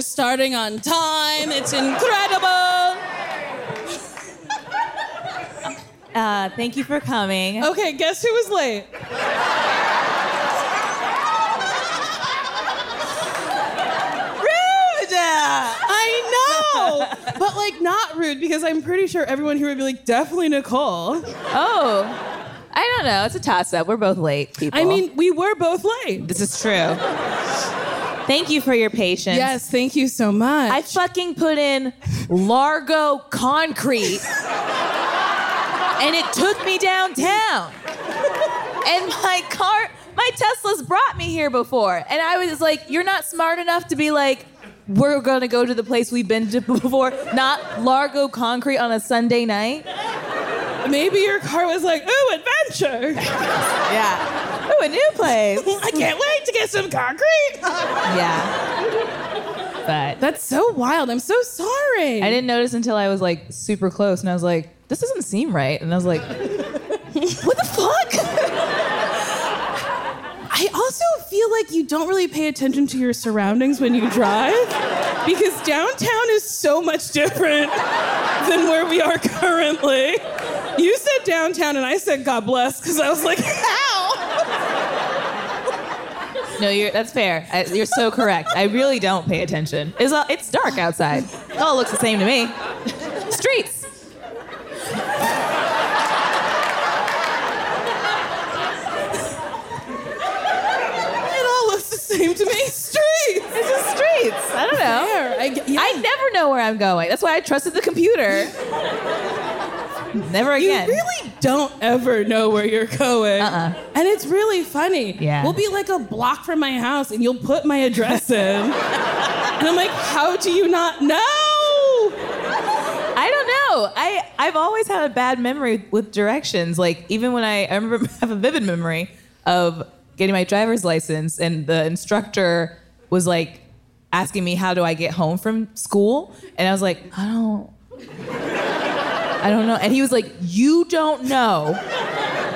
starting on time. It's incredible. Uh, thank you for coming. Okay, guess who was late? Ah. Rude! I know, but like not rude because I'm pretty sure everyone here would be like, definitely Nicole. Oh, I don't know. It's a toss up. We're both late people. I mean, we were both late. this is true. Thank you for your patience. Yes, thank you so much. I fucking put in Largo concrete and it took me downtown. And my car, my Tesla's brought me here before. And I was like, you're not smart enough to be like, we're gonna go to the place we've been to before, not Largo concrete on a Sunday night. Maybe your car was like, ooh, adventure. Yeah. Ooh, a new place. I can't wait to get some concrete. yeah. But That's so wild. I'm so sorry. I didn't notice until I was like super close, and I was like, "This doesn't seem right." And I was like, What the fuck? I also feel like you don't really pay attention to your surroundings when you drive because downtown is so much different than where we are currently. You said downtown and I said God bless because I was like, how? "No, you're that's fair. I, you're so correct. I really don't pay attention. It's all, it's dark outside. It all looks the same to me. Streets. It all looks the same to me. Streets. It's just streets. I don't know. Fair. I, g- yeah. I never know where I'm going. That's why I trusted the computer. Never You again. really don't ever know where you're going. Uh-uh. And it's really funny. Yeah. We'll be like a block from my house and you'll put my address in. and I'm like, how do you not know? I don't know. I I've always had a bad memory with directions. Like even when I, I remember I have a vivid memory of getting my driver's license and the instructor was like asking me how do I get home from school and I was like I don't I don't know and he was like you don't know.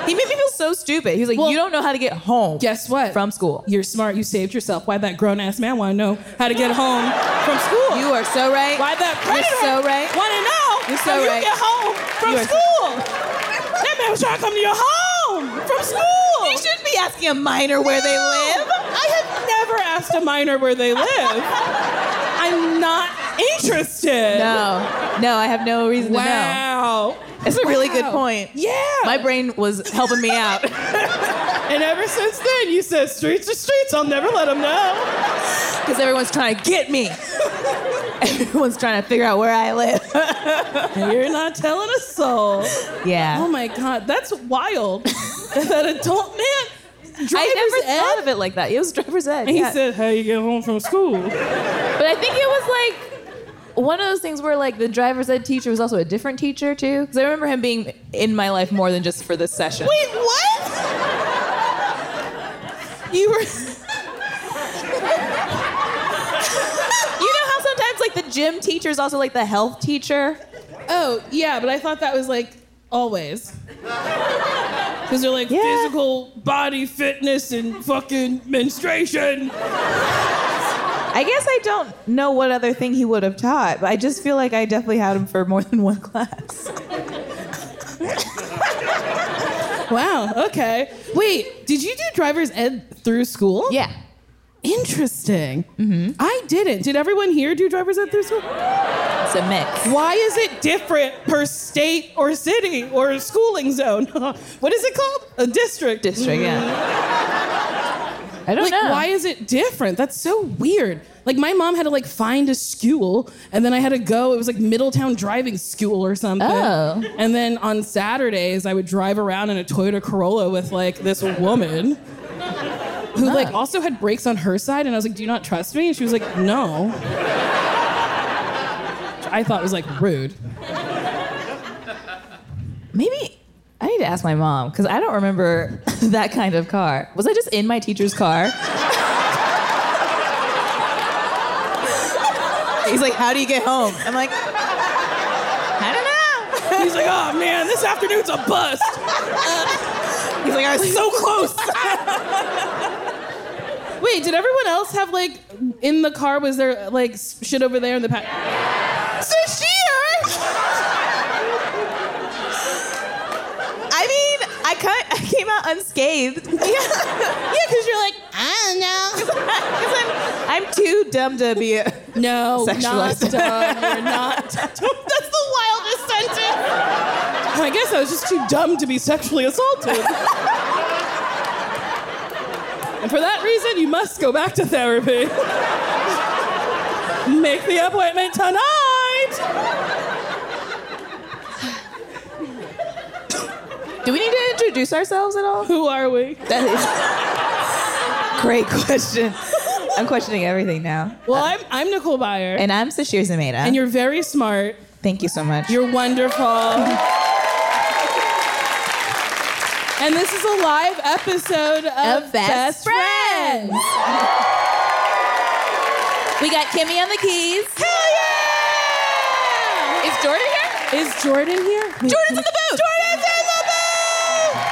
He made me feel so stupid. He was like Well, you don't know how to get home. Guess what? From school. You're smart. You saved yourself. Why that grown ass man want to know how to get home from school? You are so right. Why that predator You're so right. want to know You're so how right. you get home from You are so- school? that man was trying to come to your home from school. You shouldn't be asking a minor where they live. I have never asked a minor where they live. I'm not interested. No, no, I have no reason to know. Wow. It's a really good Wow. point. Yeah. My brain was helping me out. and ever since then, you said streets are streets. I'll never let them know. Because everyone's trying to get me. Everyone's trying to figure out where I live. And you're not telling a soul. Yeah. Oh my God, that's wild. that adult man. Driver's I never ed. thought of it like that. It was driver's ed. And he yeah. said, "How you get home from school?" but I think it was like one of those things where like the driver's ed teacher was also a different teacher too. Because I remember him being in my life more than just for this session. Wait, what? You were. You know how sometimes like the gym teacher is also like the health teacher? Oh yeah, but I thought that was like always. Because they're like Yeah. physical body fitness and fucking menstruation. I guess I don't know what other thing he would have taught, but I just feel like I definitely had him for more than one class. Wow. Okay. Wait. Did you do driver's ed through school? Yeah. Mm-hmm. Interesting. I didn't. Did everyone here do driver's ed through school? It's a mix. Why is it different per state or city or schooling zone? what is it called? A district. District, yeah. I don't Like, know. why is it different? That's so weird. Like, my mom had to like find a school, and then I had to go. It was like Middletown Driving School or something. Oh. And then on Saturdays, I would drive around in a Toyota Corolla with like this woman. Who like also had brakes on her side, and I was like, "Do you not trust me?" And she was like, "No." Which I thought was like rude. Maybe I need to ask my mom because I don't remember that kind of car. Was I just in my teacher's car? He's like, How do you get home? I'm like, I don't know. He's like, "Oh man, this afternoon's a bust." Uh, He's like, I was so close. Wait, did everyone else have like in the car? Was there like s- shit over there in the pack? So she I mean, I cut. I came out unscathed. Yeah, because you're like, I don't know. I'm, I'm too dumb to be. A, No, not Sexualized. dumb. You're not. That's the wildest sentence. I guess I was just too dumb to be sexually assaulted. and for that reason, you must go back to therapy. Make the appointment tonight. do we need to introduce ourselves at all? Who are we? That is great question. I'm questioning everything now. Well, I'm, I'm Nicole Byer, and, And I'm Sashir Zameda. you're very smart. Thank you so much. You're wonderful. and this is a live episode of, Of Best Friends. we got Kimmy on the keys. Hell yeah! Is Jordan here? Is Jordan here? Wait, Jordan's in the booth. Jordan's in the booth.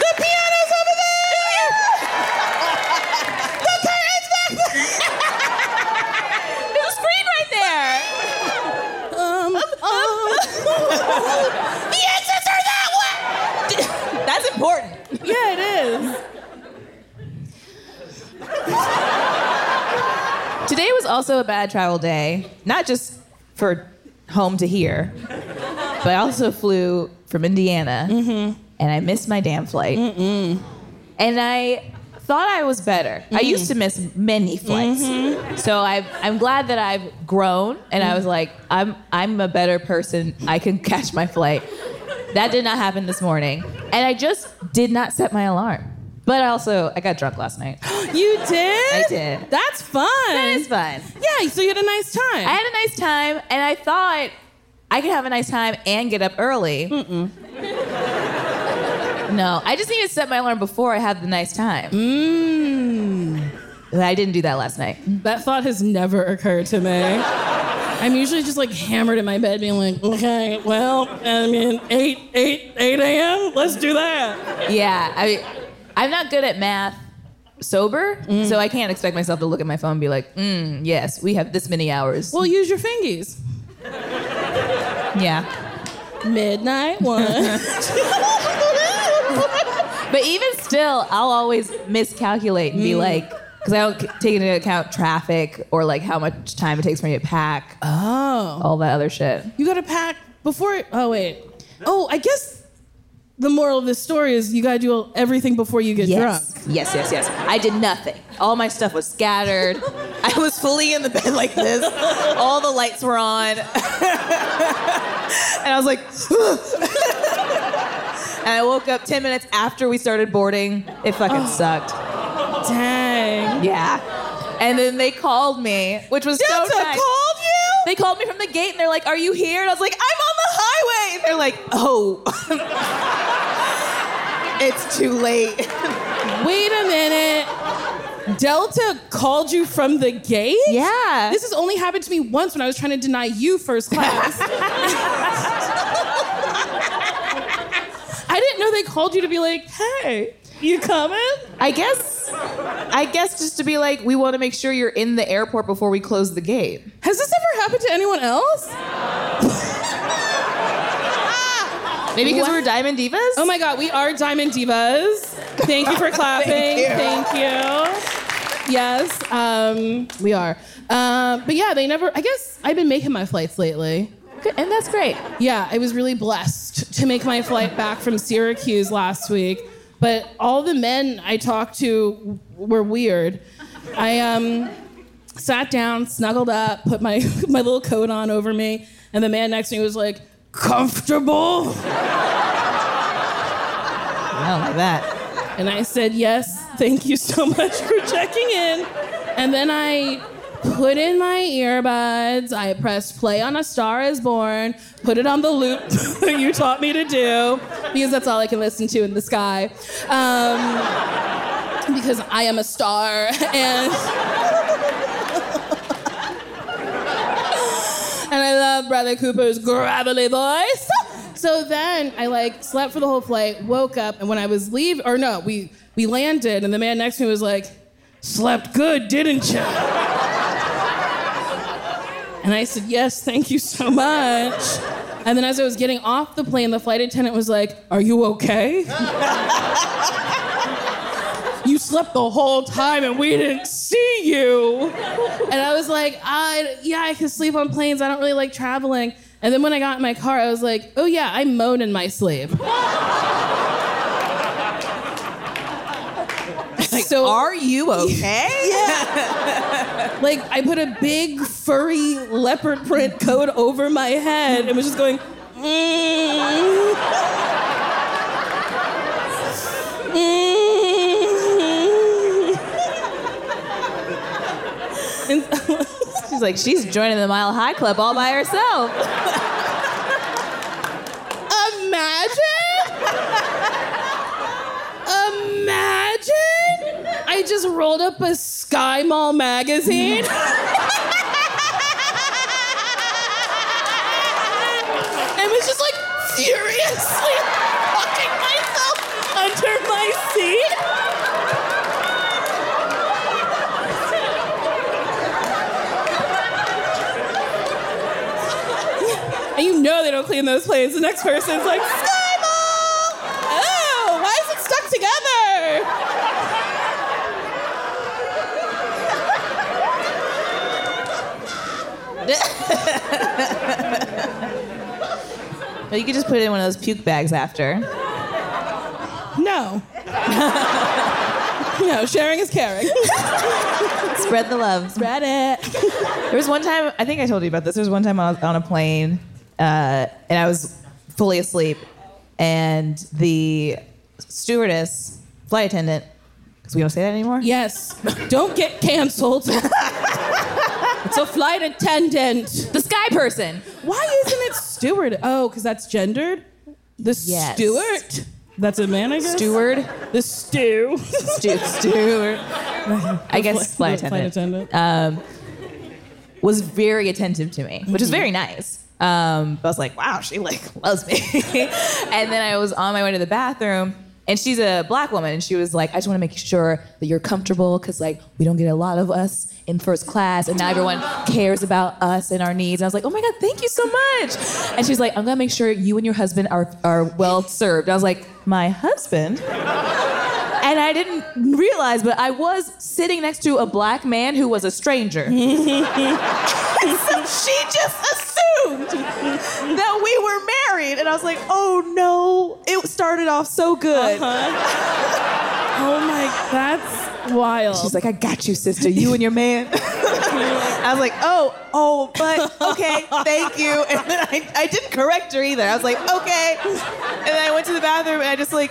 The piano's over there. the curtains back there. There's a screen right there. Um, The exits are that way. That's important. yeah, it is. Today was also a bad travel day, not just for home to here, but I also flew from Indiana and I missed my damn flight. And I thought I was better. I used to miss many flights. So I've, I'm glad that I've grown and I was like, I'm, I'm a better person. I can catch my flight. That did not happen this morning. And I just did not set my alarm. But I also, I got drunk last night. You did? I did. That's fun. That is fun. Yeah, so you had a nice time. I had a nice time, and I thought I could have a nice time and get up early. no, I just need to set my alarm before I have the nice time. Mm. But I didn't do that last night. that thought has never occurred to me. I'm usually just like hammered in my bed, being like, okay, well, I mean, 8, 8, 8 a.m., let's do that. Yeah, I, I'm not good at math sober, so I can't expect myself to look at my phone and be like, mm, yes, we have this many hours. Well, use your fingies. yeah. Midnight one. But even still, I'll always miscalculate and be like, because I don't c- take into account traffic or like how much time it takes for me to pack, oh. all that other shit. You gotta pack before it. Oh, wait. Oh, I guess the moral of this story is you gotta do everything before you get drunk. Yes. Yes, yes, yes. I did nothing. All my stuff was scattered. I was fully in the bed like this. All the lights were on. and I was like, and I woke up 10 minutes after we started boarding. It Oh. fucking sucked. Dang. Yeah. And then they called me, which was so Delta nice. called you? They called me from the gate and they're like, Are you here? And I was like, I'm on the highway. And they're like, Oh. it's too late. Wait a minute. Delta called you from the gate? Yeah. This has only happened to me once when I was trying to deny you first class. I didn't know they called you to be like, hey, you coming? I guess I guess just to be like, we want to make sure you're in the airport before we close the gate. Has this ever happened to anyone else? Maybe because we're Diamond Divas? Oh my God, we are Diamond Divas. Thank you for clapping. Thank you. Yes, um, we are. Um, but yeah, they never, I guess I've been making my flights lately. Good, and that's great. Yeah, I was really blessed to make my flight back from Syracuse last week. But all the men I talked to were weird. I um, sat down, snuggled up, put my, my little coat on over me, and the man next to me was like, comfortable? I don't like that. And I said, Yes, thank you so much for checking in. And then I put in my earbuds, I pressed play on A Star is Born, put it on the loop that you taught me to do, because that's all I can listen to in the sky. Um, because I am a star. And. And I love Bradley Cooper's gravelly voice. So then I like slept for the whole flight, woke up, and when I was leave or no, we we landed, and the man next to me was like, "Slept good, didn't you?" and I said, "Yes, thank you so much." And then as I was getting off the plane, the flight attendant was like, "Are you okay?" you slept the whole time and we didn't see you. And I was like, I, yeah, I can sleep on planes. I don't really like traveling. And then when I got in my car, I was like, oh yeah, I moan in my sleep. so Are you okay? like I put a big furry leopard print coat over my head and was just going. Mm. Mm. And- She's like, she's joining the Mile High Club all by herself. Imagine? Imagine? I just rolled up a Sky Mall magazine. and was just like furiously locking myself under my seat. And you know they don't clean those planes. The next person's like, Sky Mall! Oh, why is it stuck together? But you could just put it in one of those puke bags after. No. no, sharing is caring. Spread the love. Read it. There was one time, I think I told you about this. There was one time I was on a plane uh, and I was fully asleep, and the stewardess, flight attendant, because we don't say that anymore. Yes. Don't get canceled. it's a flight attendant. The sky person. Why isn't it steward? Oh, because that's gendered? The Yes. steward? That's a man, I guess? Steward. The stew. Stu- steward. I guess flight Flight attendant. attendant. Uh, was very attentive to me, which is very nice. Um, but I was like, wow, she like loves me. and then I was on my way to the bathroom, and she's a black woman, and she was like, I just want to make sure that you're comfortable, cause like we don't get a lot of us in first class, and now everyone cares about us and our needs. And I was like, oh my god, thank you so much. And she's like, I'm gonna make sure you and your husband are are well served. I was like, my husband. And I didn't realize, but I was sitting next to a black man who was a stranger. so she just assumed that we were married. And I was like, oh no, it started off so good. oh my, that's wild. She's like, I got you, sister, you and your man. I was like, oh, oh, but okay, thank you. And then I, I didn't correct her either. I was like, okay. And then I went to the bathroom and I just like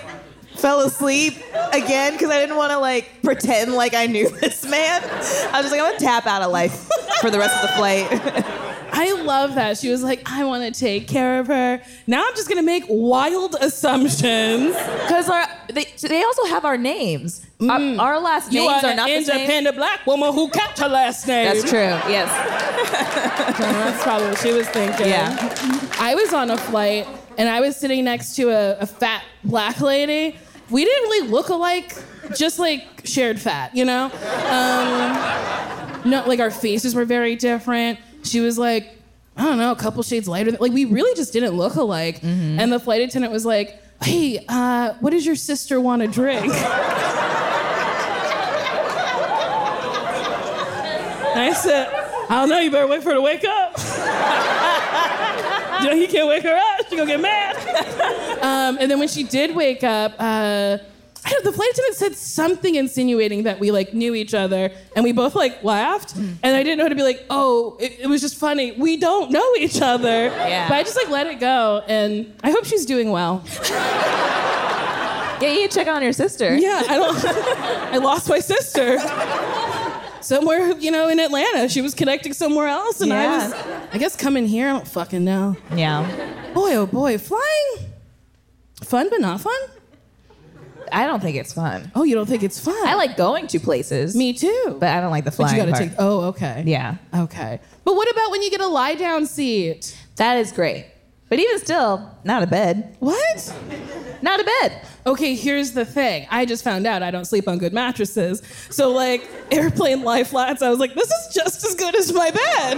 fell asleep again because I didn't want to like pretend like I knew this man. I was just like, I'm gonna tap out of life for the rest of the flight. I love that. She was like, I want to take care of her. Now I'm just going to make wild assumptions. Because our they, they also have our names. Our, our last You names are are an not the same. independent black woman who kept her last name. That's true. Yes. That's probably what she was thinking. Yeah. I was on a flight and I was sitting next to a, a fat black lady. We didn't really look alike, just like shared fat, you know? Um, no, like our faces were very different. She was like, I don't know, a couple shades lighter. than- Like we really just didn't look alike. And the flight attendant was like, Hey, uh, what does your sister want to drink? And I said, I don't know, you better wait for her to wake up. you know, he can't wake her up. She gonna get mad. um, and then when she did wake up, uh, I don't, the flight attendant said something insinuating that we like knew each other, and we both like laughed. And I didn't know how to be like, oh, it, it was just funny. We don't know each other. Yeah. But I just like let it go, and I hope she's doing well. Yeah, you check on your sister. Yeah, I don't. I lost my sister somewhere, you know, in Atlanta. She was connecting somewhere else, and I Yeah. was, I guess, coming here. I don't fucking know. Yeah. Boy, oh boy, flying, fun but not fun. I don't think it's fun. Oh, you don't think it's fun? I like going to places. me too. But I don't like the But flying you gotta part. take. Oh, okay. yeah. Okay. But what about when you get a lie down seat? That is great. But even still, not a bed. What? Not a bed. Okay, here's the thing. I just found out I don't sleep on good mattresses. So, like, airplane lie flats, I was like, this is just as good as my bed.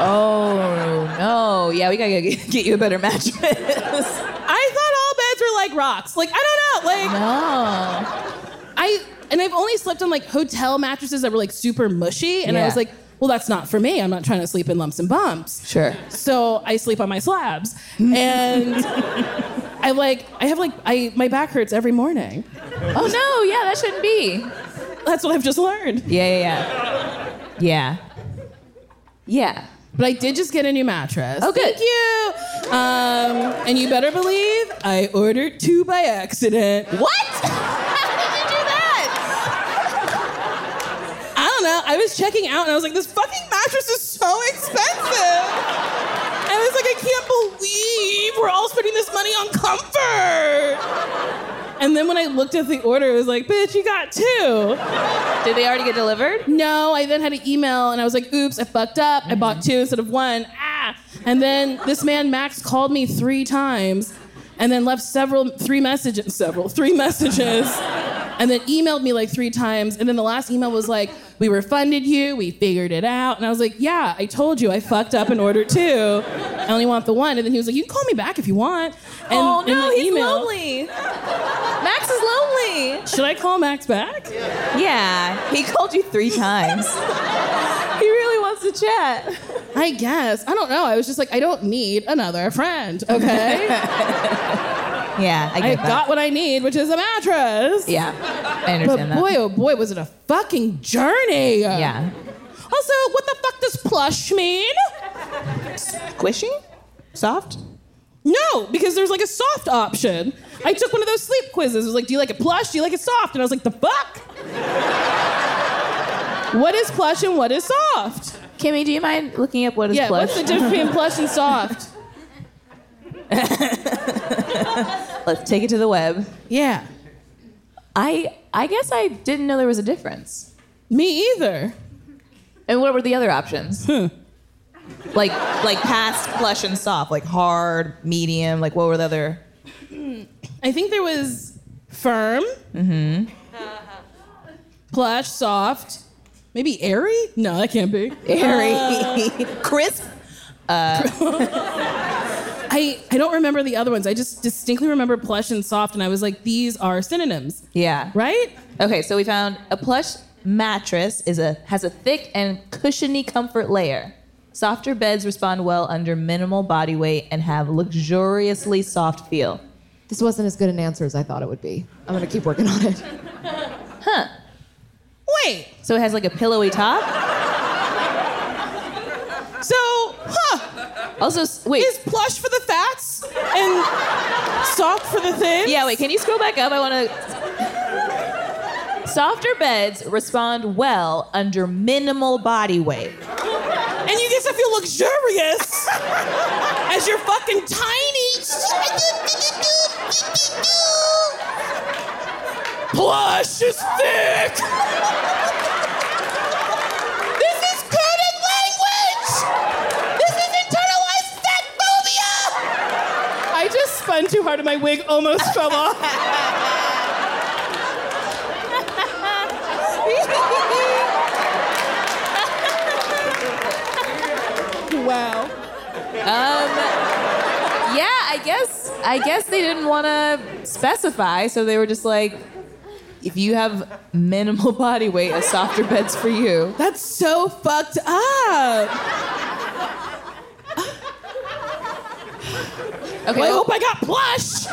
Oh no. Yeah, we gotta get, get you a better mattress. I thought all beds were like rocks. Like, I don't know. Like, no. I and I've only slept on like hotel mattresses that were like super mushy, and I Yeah. was like, well, that's not for me. I'm not trying to sleep in lumps and bumps. Sure. So I sleep on my slabs, and I like I have like I my back hurts every morning. Oh no, yeah, that shouldn't be. That's what I've just learned. Yeah, yeah, yeah. Yeah. Yeah. But I did just get a new mattress. Oh, good. Thank you. Um, and you better believe I ordered two by accident. What? How did you do that? I don't know. I was checking out and I was like, this fucking mattress is so expensive. And I was like, I can't believe we're all spending this money on comfort. And then when I looked at the order, it was like, bitch, you got two. Did they already get delivered? No, I then had an email and I was like, oops, I fucked up. I bought two instead of one. Ah. And then this man, Max, called me three times and then left several, three messages, several, three messages, and then emailed me like three times. And then the last email was like, we refunded you, we figured it out. And I was like, yeah, I told you I fucked up and ordered two. I only want the one. And then he was like, you can call me back if you want. And oh in no, the he's email- lonely. Max is lonely. Should I call Max back? Yeah. He called you three times. he really wants to chat. I guess. I don't know. I was just like, I don't need another friend, okay? Yeah, I get I that. got what I need, which is a mattress. Yeah. I But understand that. boy, oh boy, was it a fucking journey. yeah. Also, what the fuck does plush mean? Squishy? Soft? No, because there's like a soft option. I took one of those sleep quizzes. It was like, do you like it plush? Do you like it soft? And I was like, the fuck? what is plush and what is soft? Kimmy, do you mind looking up what is yeah, plush? what's the difference between plush and soft? Let's take it to the web. Yeah. I I guess I didn't know there was a difference. Me either. And what were the other options? Like like past plush and soft, like hard, medium, like what were the other? I think there was firm, Mm-hmm. plush, soft, maybe airy. No, that can't be. Uh, Airy, Uh, crisp. I, I don't remember the other ones. I just distinctly remember plush and soft, and I was like, these are synonyms, Yeah. right? Okay, so we found a plush mattress is a has a thick and cushiony comfort layer. Softer beds respond well under minimal body weight and have luxuriously soft feel. This wasn't as good an answer as I thought it would be. I'm gonna keep working on it. Wait, So it has like a pillowy top. so, huh, Also, s- wait. is plush for the fats and soft for the thin? Yeah, wait, can you scroll back up? I want to. Softer beds respond well under minimal body weight. And you get to feel luxurious as you're fucking tiny. Plush is thick. This is coded language. This is internalized fat phobia. I just spun too hard and my wig almost fell off. Wow. Yeah, I guess I guess they didn't want to specify, so they were just like, if you have minimal body weight, a softer bed's for you. That's so fucked up. Okay, I hope I got plush.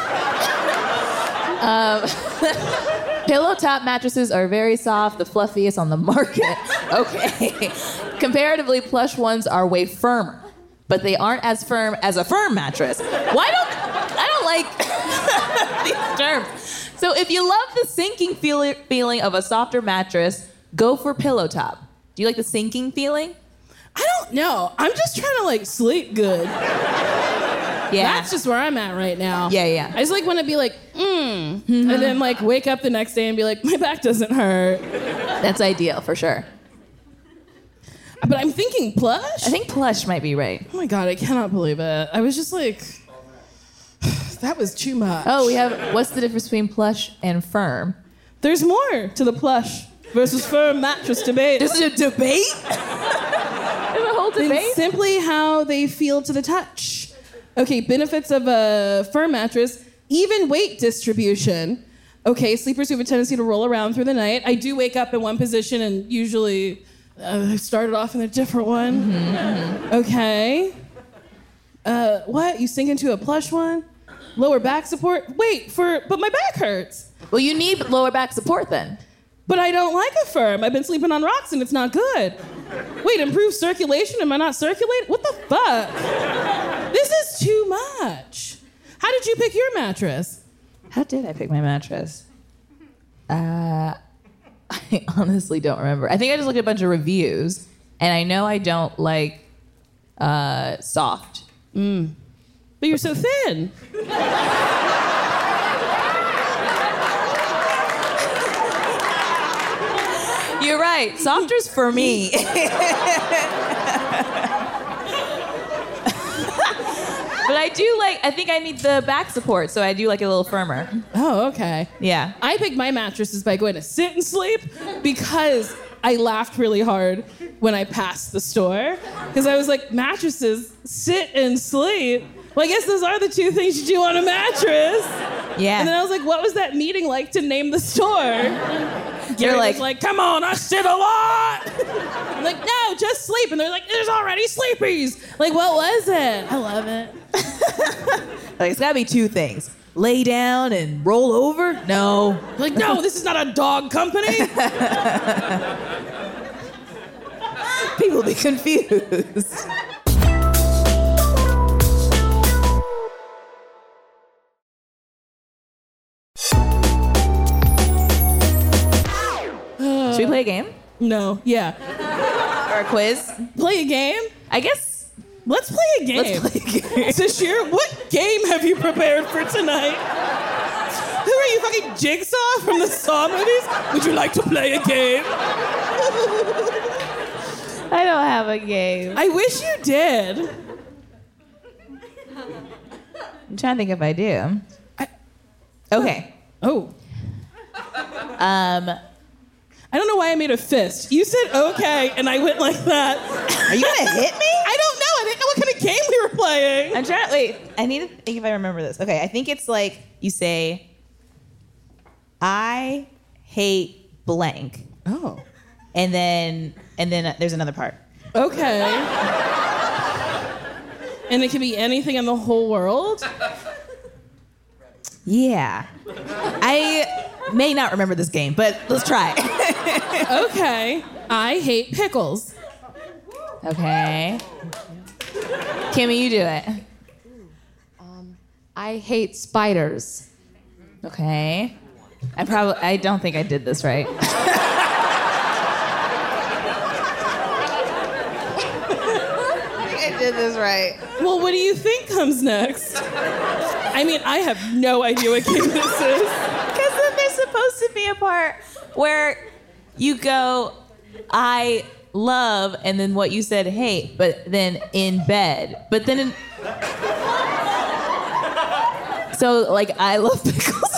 Pillow top mattresses are very soft, the fluffiest on the market. Okay. Comparatively, plush ones are way firmer, but they aren't as firm as a firm mattress. Why don't I don't like these terms? So if you love the sinking feel- feeling of a softer mattress, go for pillow top. Do you like the sinking feeling? I don't know. I'm just trying to like sleep good. Yeah. That's just where I'm at right now. Yeah, yeah. Mm-hmm. I just like want to be like, mm, and then like wake up the next day and be like, my back doesn't hurt. That's ideal for sure. But I'm thinking plush. I think plush might be right. oh my god, I cannot believe it. I was just like, That was too much. Oh, we have what's the difference between plush and firm? There's more to the plush versus firm mattress debate. There's a debate? There's a whole It's debate? simply how they feel to the touch. Okay, benefits of a firm mattress, even weight distribution. Okay, sleepers who have a tendency to roll around through the night. I do wake up in one position and usually uh, I started off in a different one. Okay. Uh, what? You sink into a plush one? Lower back support? Wait, for but my back hurts. Well, you need lower back support then. But I don't like a firm. I've been sleeping on rocks and it's not good. Wait, improve circulation? Am I not circulating? What the fuck? This is too much. How did you pick your mattress? How did I pick my mattress? Uh, I honestly don't remember. I think I just looked at a bunch of reviews, and I know I don't like uh, soft. But you're so thin. You're right. Softer's for me. but I do like, I think I need the back support, so I do like it a little firmer. Oh, okay. Yeah. I picked my mattresses by going to sit and sleep because I laughed really hard when I passed the store. Because I was like, mattresses, sit and sleep. Well, I guess those are the two things you do on a mattress. Yeah. And then I was like, what was that meeting like to name the store? You're They're like, like, come on, I sit a lot. I'm like, no, just sleep. And they're like, there's already sleepies. Like, what was it? I love it. like, it's gotta be two things. Lay down and roll over? No. Like, no, this is not a dog company. People be confused. Should we play a game no, yeah. or a quiz? Play a game. I guess Let's play a game. let's play a game. Sashir, what game have you prepared for tonight? Who are you fucking Jigsaw from the Saw movies? Would you like to play a game? I don't have a game. I wish you did. I'm trying to think if I do. Okay. Oh. Um, I don't know why I made a fist. You said okay, and I went like that. are you gonna I hit me? don't know. I didn't know what kind of game we were playing. I'm trying. Wait, I need to think if I remember this. Okay, I think it's like you say, "I hate blank," Oh. and then and then there's another part. Okay. and it can be anything in the whole world. Yeah, I may not remember this game, but let's try. Okay. I hate pickles. okay, Kimmy, you do it. I hate spiders. Okay, I probably I don't think I did this right. I did this right. Well, what do you think comes next? I mean, I have no idea what game this is. Because then there's supposed to be a part where you go, I love, and then what you said, hate, but then in bed. But then in. So, like, I love pickles.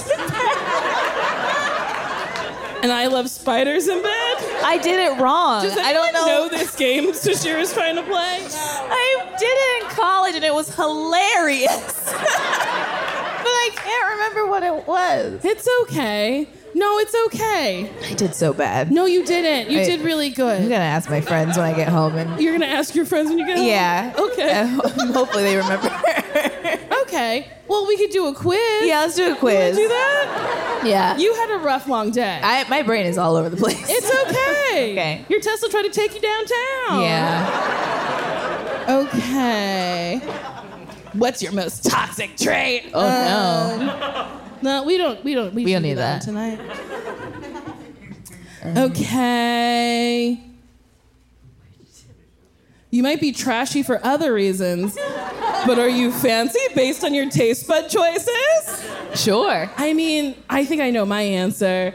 And I love spiders in bed. I did it wrong. Does I don't anyone know. this game Sashir is trying to play. I did it in college and it was hilarious. but I can't remember what it was. It's okay. No, it's okay. I did so bad. No, you didn't. You I- did really I'm good. going to ask my friends when I get home and. You're gonna ask your friends when you get home? Yeah. Okay. Hopefully they remember. Okay. Well, we could do a quiz. Yeah, let's do a You wanna quiz. do that? Yeah. You had a rough, long day. I, my brain is all over the place. it's okay. Okay. Your Tesla tried to take you downtown. yeah. Okay. What's your most toxic trait? Oh no. No, we don't. We don't. We, We don't shouldn't do need that, that. Um. one tonight. okay. You might be trashy for other reasons, but are you fancy based on your taste bud choices? Sure. I mean, I think I know my answer.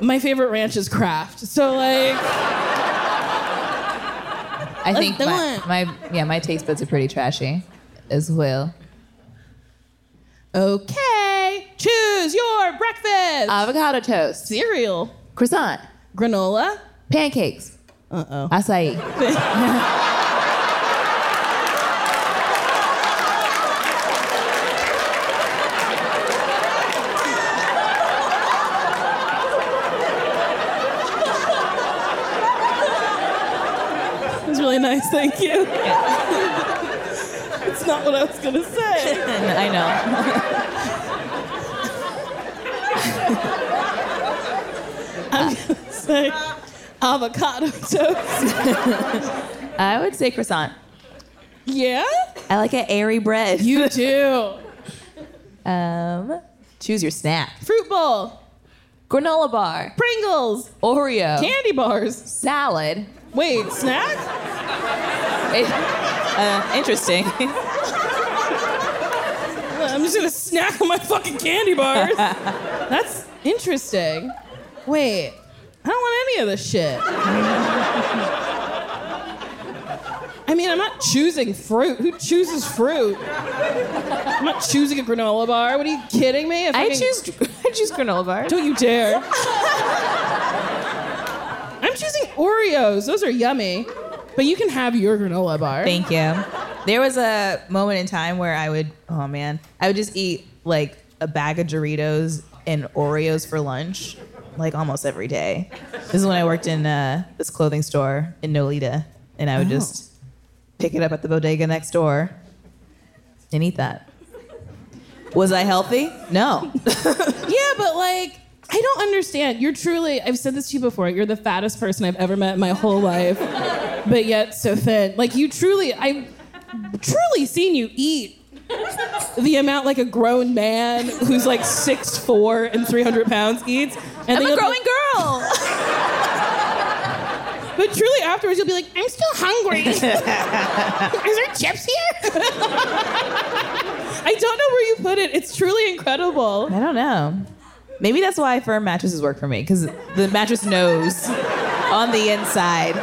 My favorite ranch is Kraft. So like, I think do my, it. my yeah my taste buds are pretty trashy, as well. Okay, choose your breakfast. Uh, Avocado toast, Cereal. croissant, Granola. pancakes. Uh oh. Acai. It was really nice, thank you. it's not what I was gonna say. I know. Say avocado toast. I would say croissant. Yeah? I like an airy bread. You do. um, choose your snack. Fruit bowl, Granola bar, Pringles, Oreo, candy bars. salad. Wait, snack? It- uh, interesting. I'm just gonna snack on my fucking candy bars. That's interesting. Wait, I don't want any of this shit. I mean, I'm not choosing fruit. Who chooses fruit? I'm not choosing a granola bar. What are you kidding me? If I can- choose I choose granola bar. Don't you dare. I'm choosing Oreos. Those are yummy. But you can have your granola bar. Thank you. There was a moment in time where I would, oh man, I would just eat like a bag of Doritos and Oreos for lunch, like almost every day. This is when I worked in uh, this clothing store in Nolita, and I would just pick it up at the bodega next door and eat that. Was I healthy? No. Yeah, but like, I don't understand. You're truly, I've said this to you before, you're the fattest person I've ever met in my whole life, but yet so thin. Like, you truly, I've truly seen you eat the amount like a grown man who's like 6'4 and 300 pounds eats. And then I'm you'll a be- growing girl. But truly, afterwards, you'll be like, I'm still hungry. Is there chips here? I don't know where you put it. It's truly incredible. I don't know. Maybe that's why firm mattresses work for me, because the mattress knows on the inside.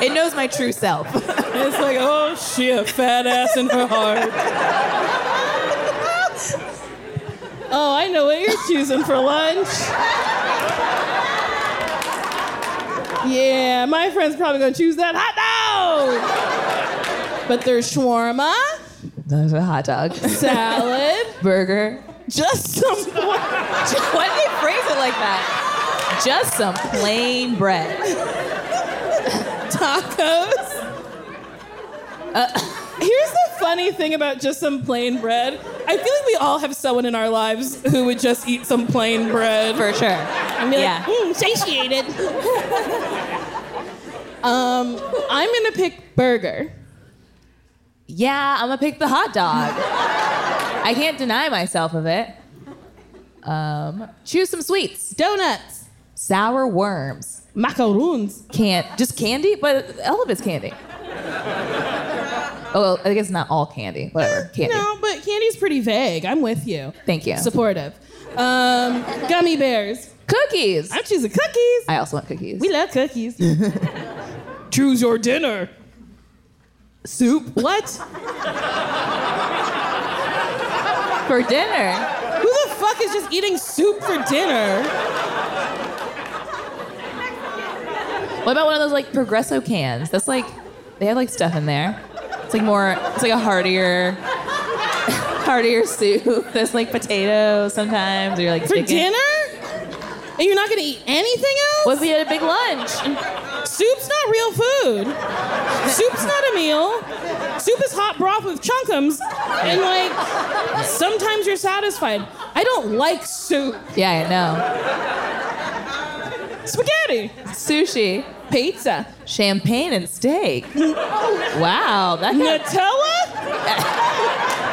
it knows my true self. It's like, oh, she a fat ass in her heart. oh, I know what you're choosing for lunch. Yeah, my friend's probably gonna choose that hot dog. But there's shawarma, There's a hot dog, salad, burger. just some. Why do they phrase it like that? Just some plain bread. tacos. here's the funny thing about just some plain bread. I feel like we all have someone in our lives who would just eat some plain bread. For sure. and be yeah. like, mm, satiated. um, I'm gonna pick burger. Yeah, I'm gonna pick the hot dog. I can't deny myself of it. Um, choose some sweets. Donuts, Sour worms. macaroons. can't just candy, but all of it's candy. oh, well, I guess not all candy. Whatever, candy. No, but candy's pretty vague. I'm with you. Thank you. Supportive. Um, gummy bears. cookies. I'm choosing cookies. I also want cookies. We love cookies. Choose your dinner. Soup. What? for dinner. Who the fuck is just eating soup for dinner? What about one of those like Progresso cans? That's like they have like stuff in there. It's like more. It's like a heartier, heartier soup. That's like potato sometimes. Or you're like For chicken. dinner? And you're not gonna eat anything else? What if we had a big lunch? Soup's not real food. Soup's not a meal. Soup is hot broth with chunkums, and like sometimes you're satisfied. I don't like soup. Yeah, I know. Spaghetti, Sushi, pizza, champagne, and steak. Wow, that. Kind Nutella.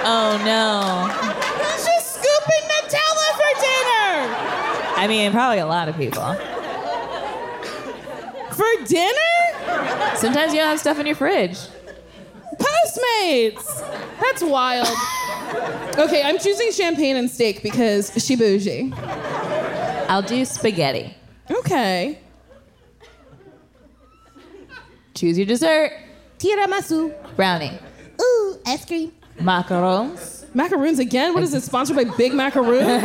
oh no. Who's just scooping Nutella for dinner? I mean, probably a lot of people. For dinner? Sometimes you don't have stuff in your fridge. Postmates. That's wild. Okay, I'm choosing champagne and steak because she bougie. I'll do spaghetti. Okay. Choose your dessert. Tiramisu. Brownie. Ooh, ice cream. Macarons. Macaroons again? What is it? Sponsored by Big Macaroon?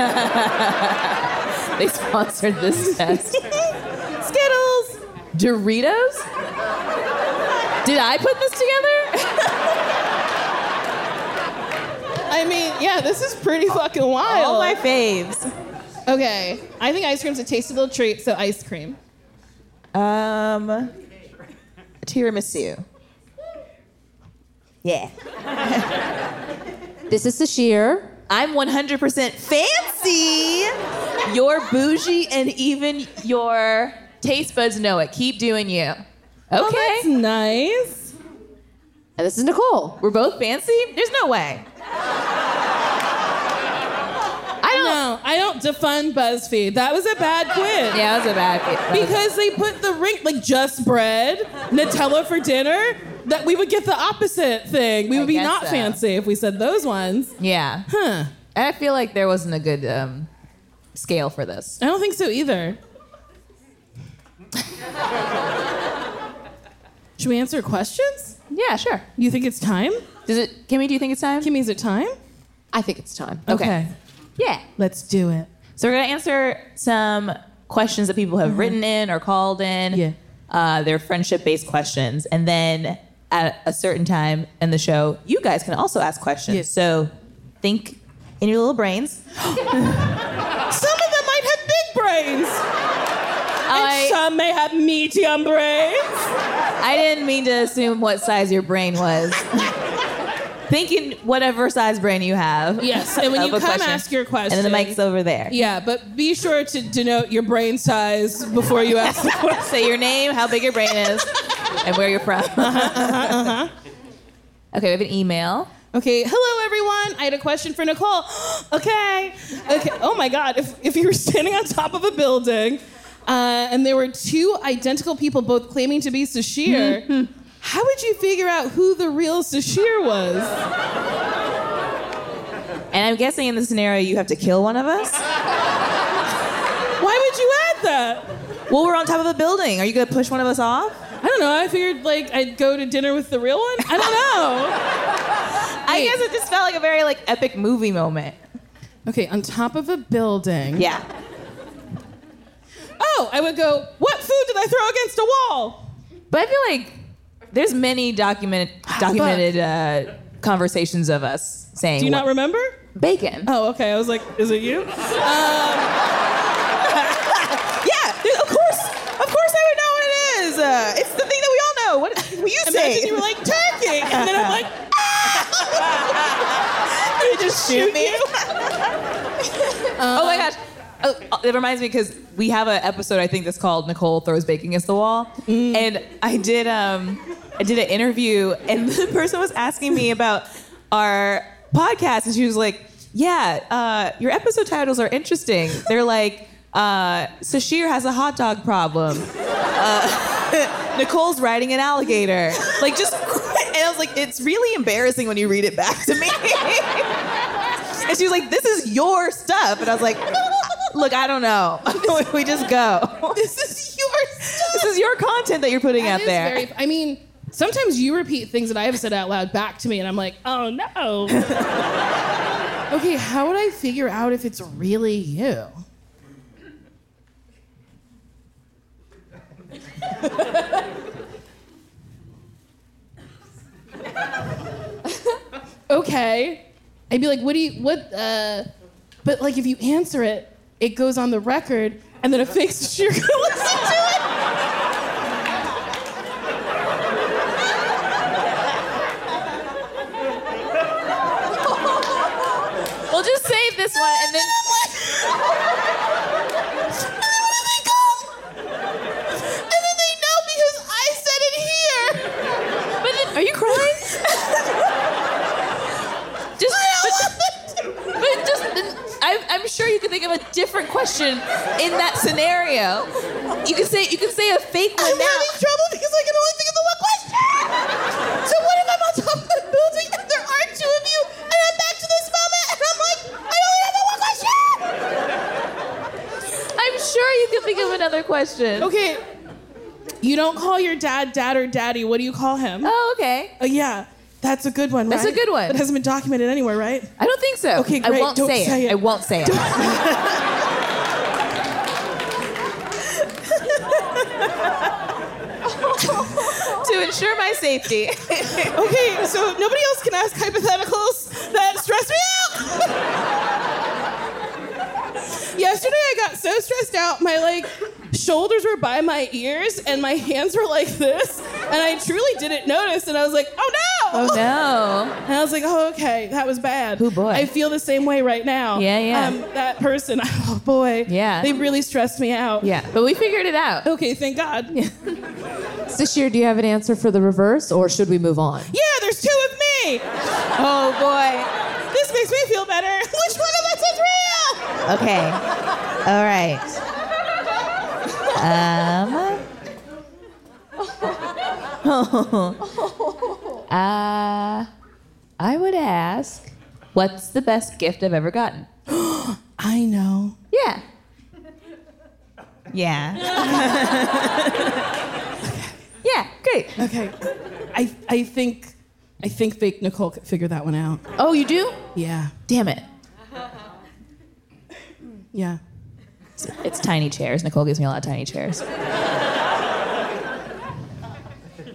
They sponsored this test. Skittles. Doritos? Did I put this together? I mean, yeah, this is pretty fucking wild. All my faves. okay, I think ice cream's a tasty little treat, so ice cream. Um, tiramisu. Yeah. This is Sashir. I'm 100% fancy. You're bougie, and even your taste buds know it. Keep doing you. Okay. Oh, That's nice. And this is Nicole. We're both fancy? There's no way. I don't. No, I don't defund BuzzFeed. That was a bad quiz. Yeah, that was a bad. that was- Because they put the ring, like just bread, Nutella for dinner, that we would get the opposite thing. We would I be guess not so. fancy if we said those ones. yeah. Huh. I feel like there wasn't a good um, scale for this. I don't think so either. Should we answer questions? Yeah, sure. You think it's time? Does it, Kimmy? Do you think it's time? Kimmy, is it time? I think it's time. Yeah. Let's do it. So we're gonna answer some questions that people have written in or called in. Mm-hmm. Yeah. Uh, they're friendship-based questions, and then at a certain time in the show, you guys can also ask questions. Yes. So think in your little brains. Some of them might have big brains, and I, some may have medium brains. I didn't mean to assume what size your brain was. think in whatever size brain you have. Yes, and when of you a come ask your question- and then the mic's over there. Yeah, but be sure to denote your brain size before you ask the question. Say your name, how big your brain is, and where you're from. Uh-huh, Okay, we have an email. Okay, hello everyone. I had a question for Nicole. okay. Okay. Oh my God. If, if you were standing on top of a building uh, and there were two identical people both claiming to be Sashir, how would you figure out who the real Sashir was? And I'm guessing in this scenario, you have to kill one of us. Why would you add that? Well, we're on top of a building. Are you gonna push one of us off? I don't know. I figured like I'd go to dinner with the real one. I don't I guess it just felt like a very like epic movie moment. know. okay, on top of a building. Yeah. Oh, I would go, what food did I throw against a wall? But I feel like there's many document documented uh, conversations of us saying Do you not what- remember? bacon. Oh, okay. I was like, is it you? yeah, there- of course, of course, I would know what it is. Uh, it's the thing that we all know. What, what you Imagine you were like turkey, and then I'm like, ah! they just shoot me. oh my gosh. Oh, oh, it reminds me because we have an episode I think that's called Nicole throws bacon against the wall, and I did um I did an interview and the person was asking me about our podcast and she was like, yeah, uh, your episode titles are interesting. They're like. Uh, Sashir has a hot dog problem. Uh, Nicole's riding an alligator. Like, just, and I was like, it's really embarrassing when you read it back to me. And she was like, "This is your stuff," and I was like, "Look, I don't know. we just go. This is your stuff. This is your content that you're putting That out is there." very- I mean, sometimes you repeat things that I have said out loud back to me, and I'm like, oh no. okay, how would I figure out if it's really you? okay. I'd be like, what do you, what, uh, but like if you answer it, it goes on the record, and then a fake you're gonna listen to it. we'll just save this one, and then And then they know because I said it here. but then, are you crying? just, but, but just, I'm, I'm sure you could think of a different question in that scenario. You could say, you could say a fake one I'm now. having trouble because I can only think of the one question. So what if I'm on top of the building and there are two of you and I'm back to this moment and I'm like, I only have the one question. I'm sure you could think of another question. Okay. You don't call your dad dad or daddy. What do you call him? Oh, okay. Uh, yeah. That's a good one. That's a right? good one. It hasn't been documented anywhere, right? I don't think so. Okay, I great. won't Don't say, say it. it. I won't say it. to ensure my safety. Okay, so nobody else can ask hypotheticals that stress me out. Yesterday, I got so stressed out, my like shoulders were by my ears and my hands were like this, and I truly didn't notice. And I was like, oh no! oh no. And I was like, oh, okay, that was bad. Oh, boy. I feel the same way right now. Yeah, yeah. Um, that person, oh boy. Yeah. They really stressed me out. Yeah, but we figured it out. Okay, thank God. Yeah, Sashir, do you have an answer for the reverse, or should we move on? there's two of me. Oh boy. This makes me feel better. Which one of us is real? Okay. All right. Um. Uh, I would ask, what's the best gift I've ever gotten? I know. Yeah. Yeah. yeah, great. Okay. I, I think I think fake Nicole could figure that one out. Oh, you do? Yeah. Damn it. Yeah. It's tiny chairs. Nicole gives me a lot of tiny chairs.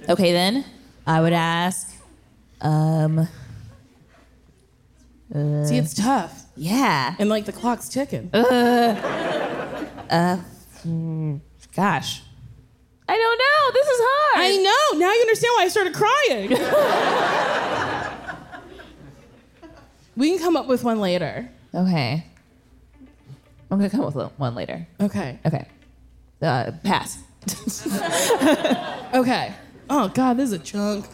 Okay, then I would ask, um, See, it's tough. yeah, And like the clock's ticking. gosh, I don't know. This is hard. I know. Now you understand why I started crying. we can come up with one later. Okay, I'm gonna come up with one later. Okay. Okay, uh, pass. Okay. Oh God, this is a chunk.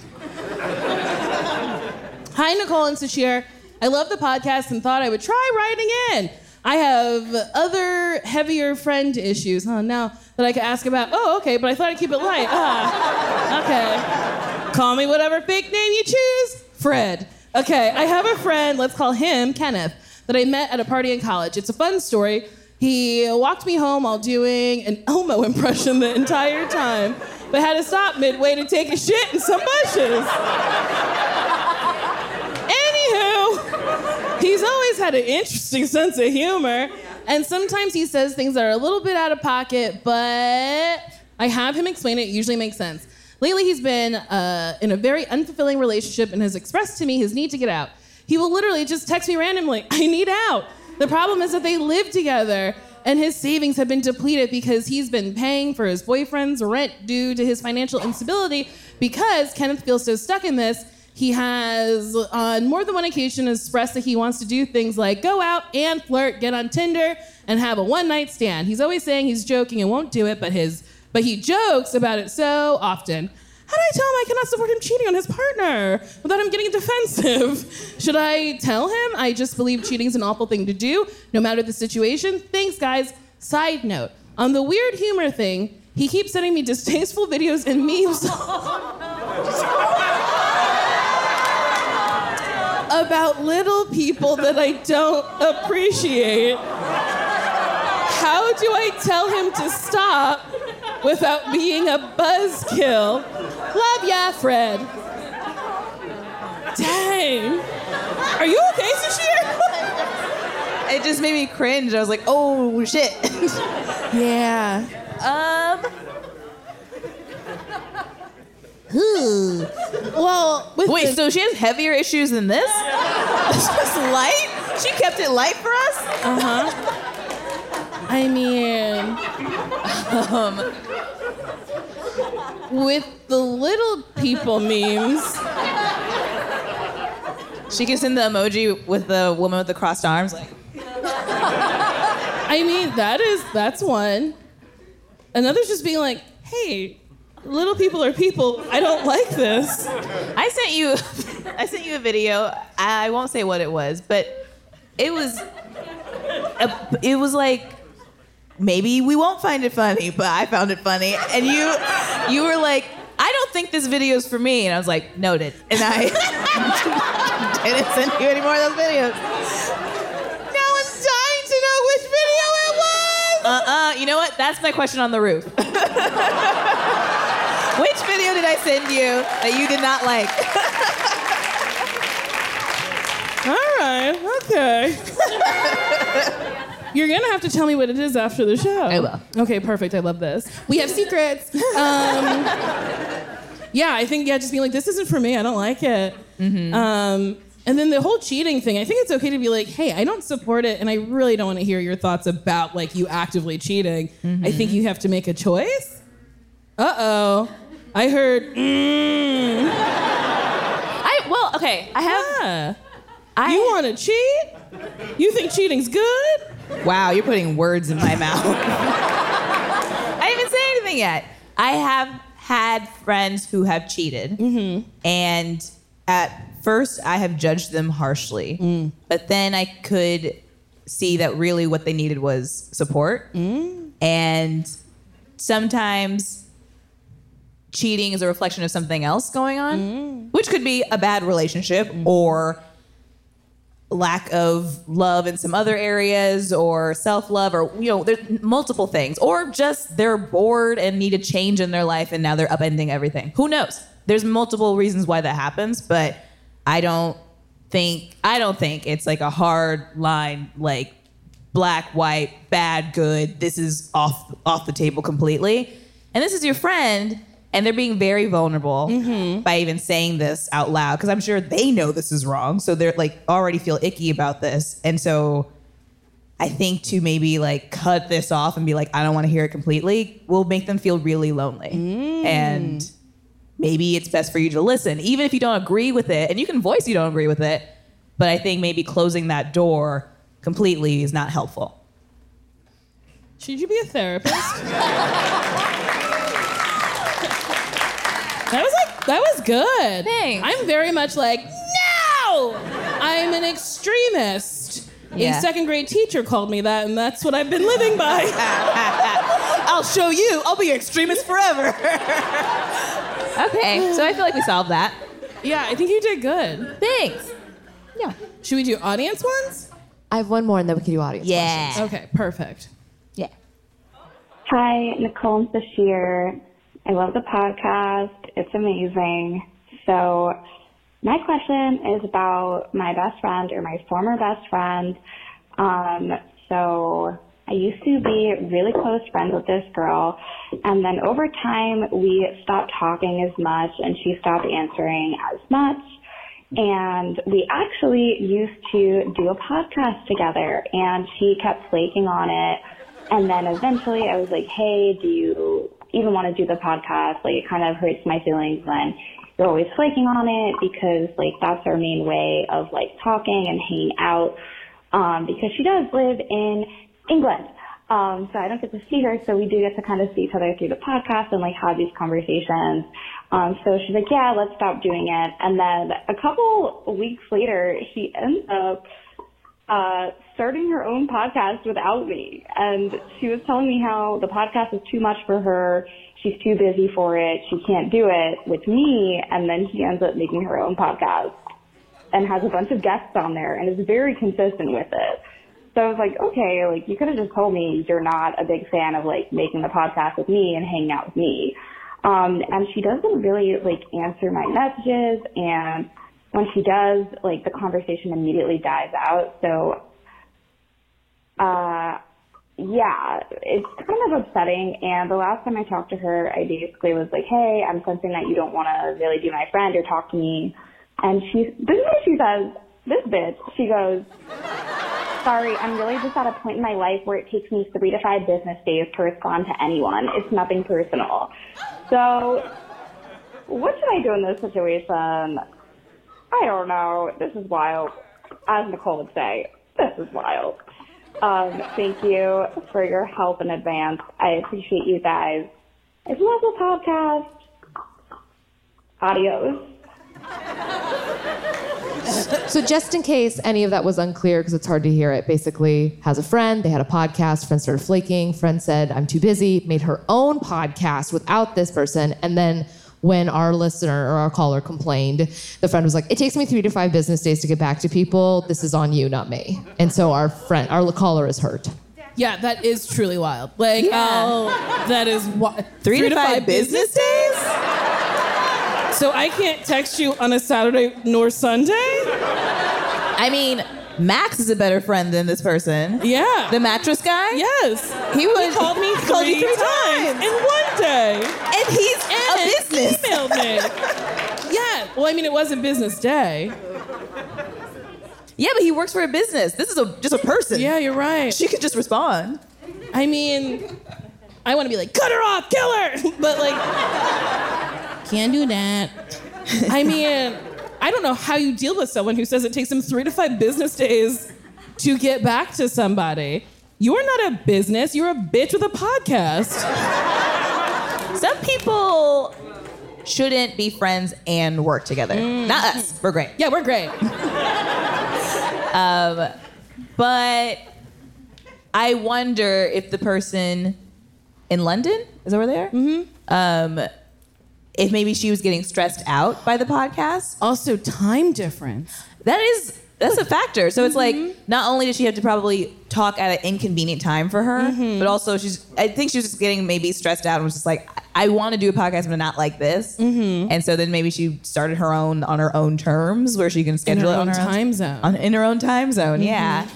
Hi, Nicole and Sashir. I love the podcast and thought I would try writing in. I have other heavier friend issues, huh? Now that I could ask about. Oh, okay, but I thought I'd keep it light. Ah, okay. Call me whatever fake name you choose. Fred. Okay, I have a friend, let's call him Kenneth, that I met at a party in college. It's a fun story. He walked me home while doing an Elmo impression the entire time, but had to stop midway to take a shit in some bushes. Anywho, he's always had an interesting sense of humor. And sometimes he says things that are a little bit out of pocket, but I have him explain it. It usually makes sense. Lately, he's been uh, in a very unfulfilling relationship and has expressed to me his need to get out. He will literally just text me randomly, I need out. The problem is that they live together and his savings have been depleted because he's been paying for his boyfriend's rent due to his financial instability because Kenneth feels so stuck in this he has, on more than one occasion, expressed that he wants to do things like go out and flirt, get on Tinder, and have a one-night stand. He's always saying he's joking and won't do it, but his, but he jokes about it so often. How do I tell him I cannot support him cheating on his partner without him getting defensive? Should I tell him I just believe cheating is an awful thing to do, no matter the situation? Thanks, guys. Side note on the weird humor thing, he keeps sending me distasteful videos and memes. about little people that I don't appreciate. How do I tell him to stop without being a buzzkill? Love ya, Fred. Dang. Are you okay, Sashir? It just made me cringe. I was like, oh shit. Yeah. um, Well, with wait, the- so she has heavier issues than this? This was light? She kept it light for us? I mean, um, with the little people memes. She can send the emoji with the woman with the crossed arms, like, I mean, that is that's one. Another's just being like, "Hey, little people are people. I don't like this." I sent you, I sent you a video. I won't say what it was, but it was, a, it was like, maybe we won't find it funny, but I found it funny, and you, you were like, I don't think this video's for me, and I was like, noted, and I didn't send you any more of those videos. Now I'm dying to know which video it was. Uh uh. You know what? That's my question on the roof. Which video did I send you that you did not like? right, okay. You're gonna have to tell me what it is after the show. I will. Okay, perfect. I love this. We have secrets. Um, yeah, I think yeah, just being like, this isn't for me. I don't like it. Mm-hmm. Um, and then the whole cheating thing. I think it's okay to be like, hey, I don't support it, and I really don't want to hear your thoughts about like you actively cheating. I Mm-hmm. think you have to make a choice. Uh oh. I heard. Mm, I well, okay. I have. yeah. I, You want to cheat? You think cheating's good? Wow, you're putting words in my mouth. I haven't said anything yet. I have had friends who have cheated. And at first, I have judged them harshly. But then I could see that really what they needed was support. And sometimes cheating is a reflection of something else going on, which could be a bad relationship or lack of love in some other areas or self-love or you know there's multiple things or just they're bored and need a change in their life and now they're upending everything who knows there's multiple reasons why that happens but i don't think i don't think it's like a hard line like black white bad good this is off off the table completely and this is your friend and they're being very vulnerable by even saying this out loud because i'm sure they know this is wrong so they're like already feel icky about this and so i think to maybe like cut this off and be like i don't want to hear it completely will make them feel really lonely and maybe it's best for you to listen even if you don't agree with it and you can voice you don't agree with it but i think maybe closing that door completely is not helpful Should you be a therapist? that was like that was good. Thanks. I'm very much like no. I'm an extremist. Yeah. A second grade teacher called me that, and that's what I've been living by. I'll show you. I'll be your extremist forever. okay, so I feel like we solved that. yeah, I think you did good. Thanks. Yeah. Should we do audience ones? I have one more, and then we can do audience. Yeah. Okay, perfect. Yeah. Hi, Nicole and Bashir. I love the podcast. It's amazing. So, my question is about my best friend or my former best friend. Um, so, I used to be really close friends with this girl, and then over time, we stopped talking as much, and she stopped answering as much. And we actually used to do a podcast together and she kept flaking on it. And then eventually I was like, Hey, do you even want to do the podcast? Like it kind of hurts my feelings when you're always flaking on it because like that's our main way of like talking and hanging out. Um, because she does live in England. Um, so I don't get to see her, so we do get to kind of see each other through the podcast and like have these conversations. Um, so she's like, yeah, let's stop doing it. And then a couple weeks later, she ends up, uh, starting her own podcast without me. And she was telling me how the podcast is too much for her. She's too busy for it. She can't do it with me. And then she ends up making her own podcast and has a bunch of guests on there and is very consistent with it. So I was like, okay, like you could have just told me you're not a big fan of like making the podcast with me and hanging out with me. Um, and she doesn't really like answer my messages and when she does, like the conversation immediately dies out. So uh, yeah, it's kind of upsetting. And the last time I talked to her, I basically was like, "Hey, I'm sensing that you don't want to really be my friend or talk to me." And she, this is what she says. This bitch, she goes, "Sorry, I'm really just at a point in my life where it takes me three to five business days to respond to anyone. It's nothing personal." So, what should I do in this situation? I don't know. This is wild. As Nicole would say, this is wild. Um, thank you for your help in advance. I appreciate you guys. It's love the podcast. Adios. So just in case any of that was unclear, because it's hard to hear it, basically has a friend. They had a podcast. Friend started flaking. Friend said, "I'm too busy." Made her own podcast without this person, and then. When our listener or our caller complained, the friend was like, "It takes me three to five business days to get back to people. This is on you, not me." And so our friend, our caller, is hurt. Yeah, that is truly wild. Like, oh, that is wild. um, Three, to, five, business days? So I can't text you on a Saturday nor Sunday. I mean, Max is a better friend than this person. Yeah. The mattress guy? yes. He was Called me three, called you three times. times. in one day. And he's And a business. Emailed me. yeah. Well, I mean, it wasn't business day. Yeah, but he works for a business. This is a just a person. Yeah, you're right. She could just respond. I mean, I want to be like, cut her off, kill her, but like, can't do that. I mean, I don't know how you deal with someone who says it takes them three to five business days to get back to somebody. You're not a business, you're a bitch with a podcast. Some people shouldn't be friends and work together. Not us. We're great. Mm. Yeah, we're great. But I wonder if the person in London is that where they are? Mm-hmm. Um, if maybe she was getting stressed out by the podcast. Also, time difference. That is that's a factor. So it's Mm-hmm. like not only did she have to probably talk at an inconvenient time for her, Mm-hmm. but also she's I think she was just getting maybe stressed out and was just like I, I want to do a podcast but not like this. Mm-hmm. And so then maybe she started her own on her own terms where she can In her schedule it own on her own time zone. Mm-hmm. on, in her own time zone. Yeah.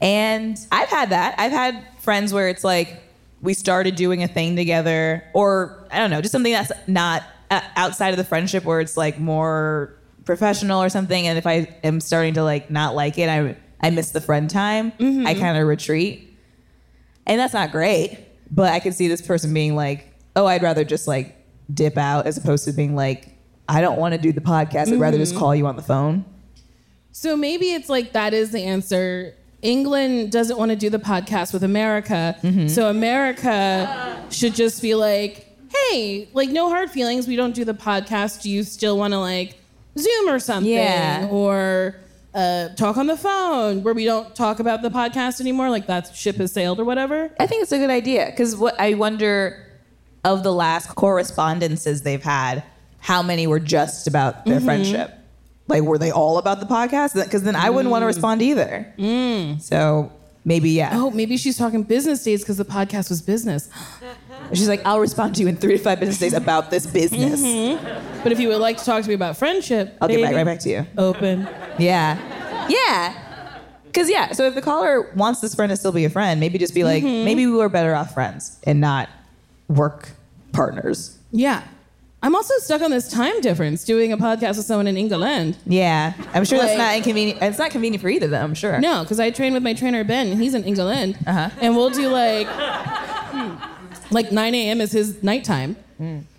And I've had that. I've had friends where it's like we started doing a thing together, or I don't know, just something that's not uh, outside of the friendship where it's like more professional or something. And if I am starting to like not like it, I I miss the friend time. I kind of retreat, and that's not great. But I could see this person being like, "Oh, I'd rather just like dip out," as opposed to being like, "I don't want to do the podcast. I'd rather just call you on the phone." So maybe it's like that is the answer. England doesn't want to do the podcast with America. Mm-hmm. So America should just be like, hey, like no hard feelings. We don't do the podcast. Do you still want to like Zoom or something? Yeah. Or uh, talk on the phone where we don't talk about the podcast anymore? Like that ship has sailed or whatever? I think it's a good idea because what I wonder of the last correspondences they've had, how many were just about their friendship? Like, were they all about the podcast? Because then I wouldn't want to respond either. So maybe, yeah. Oh, maybe she's talking business days because the podcast was business. She's like, I'll respond to you in three to five business days about this business. But if you would like to talk to me about friendship, I'll get back baby, right back to you. Open. Yeah. Yeah. Because, yeah, so if the caller wants this friend to still be a friend, maybe just be like, maybe we were better off friends and not work partners. Yeah. I'm also stuck on this time difference doing a podcast with someone in England. Yeah, I'm sure Like- that's not inconvenient. It's not convenient for either of them. I'm sure. No, because I train with my trainer Ben, and he's in England, Uh-huh. and we'll do like hmm, like 9 a.m. is his nighttime.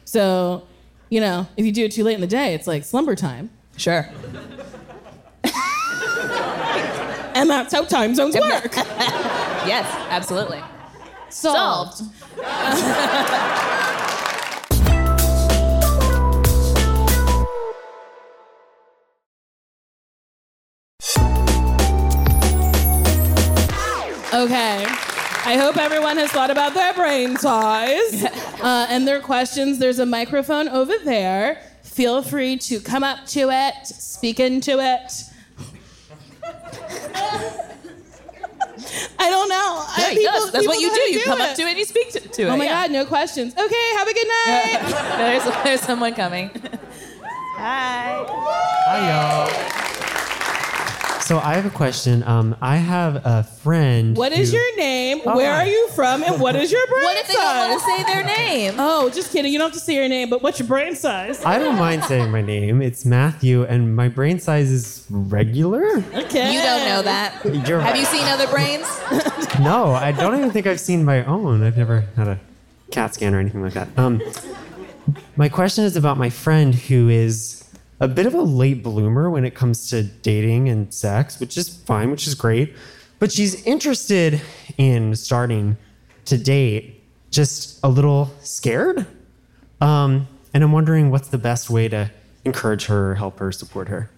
So, you know, if you do it too late in the day, it's like slumber time. Sure. And that's how time zones work. Yes, absolutely. Solved. Okay. I hope everyone has thought about their brain size uh, and their questions. There's a microphone over there. Feel free to come up to it, speak into it. I don't know. I- Yeah, people- yes, that's what people you know how do. You come up to it and you speak to, to it. Oh my God, no questions. Okay, have a good night. there's, there's someone coming. Hi. Hi, y'all. So I have a question. Um, I have a friend. What is who- your name? Where Hi. are you from? And what is your brain What if they don't size? want to say their name? oh, just kidding. You don't have to say your name, but what's your brain size? I don't mind saying my name. It's Matthew, and my brain size is regular. Okay. You don't know that. You're Have right. you seen other brains? No, I don't even think I've seen my own. I've never had a CAT scan or anything like that. Um, my question is about my friend who is a bit of a late bloomer when it comes to dating and sex, which is fine, which is great. But she's interested in starting to date, just a little scared. Um, and I'm wondering what's the best way to encourage her, help her, support her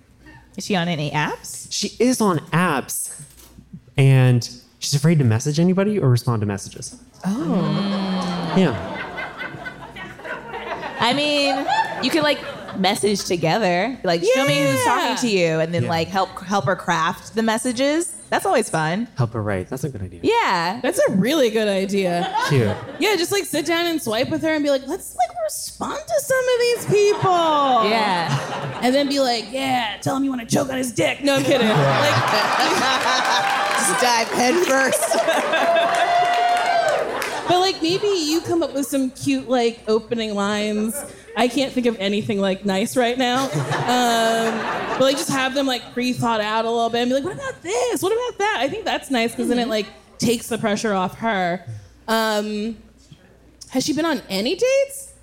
Is she on any apps? she is on apps and she's afraid to message anybody or respond to messages. Oh. Yeah. I mean, you can like message together, like show me who's talking to you, and then Yeah. like help help her craft the messages. That's always fun. Help her write. That's a good idea. Yeah. That's a really good idea. Cute. Yeah, just like sit down and swipe with her and be like, let's like respond to some of these people. Yeah. And then be like, yeah, tell him you want to choke on his dick. No, I'm kidding. Just dive head first. Like, but like maybe you come up with some cute like opening lines. I can't think of anything like nice right now. Um, but like just have them like pre-thought out a little bit and be like, what about this? What about that? I think that's nice because then it like takes the pressure off her. Um, has she been on any dates?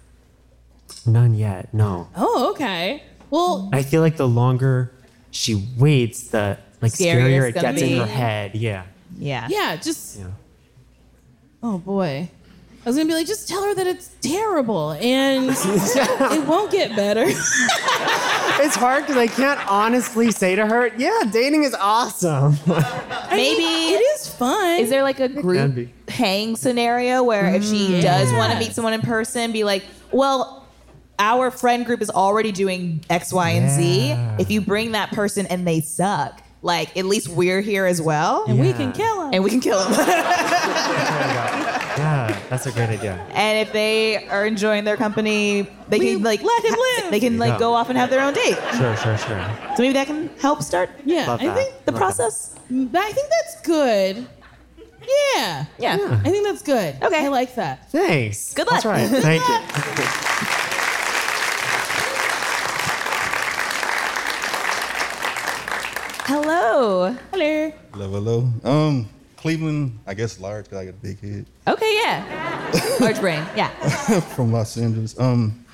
None yet. No. Oh, okay. Well, I feel like the longer she waits, the like Scarier scarier it it's gonna gets in her be. head. Yeah. Yeah. yeah, just. Yeah. Oh boy. I was gonna be like, just tell her that it's terrible and it won't get better. It's hard because I can't honestly say to her, "Yeah, dating is awesome." Maybe it is fun. Is there like a be. group hang scenario where if Mm. she does want to meet someone in person, be like, well, our friend group is already doing X, Y, and Yeah. Z. If you bring that person and they suck, like at least we're here as well, and we Yeah. can kill him. and we can kill them. yeah, that's a great idea. and if they are enjoying their company, they can like let him ha- live. They can like Yeah. go off and have their own date. Sure, sure, sure. So maybe that can help start uh, yeah, Love I that. think the Love process. that, I think that's good. Yeah. Yeah. I think that's good. Okay. I like that. Thanks. Good luck. That's right. Thank you. Hello. Hello. Hello, hello. Um, Cleveland, I guess large because I got a big head. Okay. Yeah. Large brain. Yeah. From Los Angeles. Um,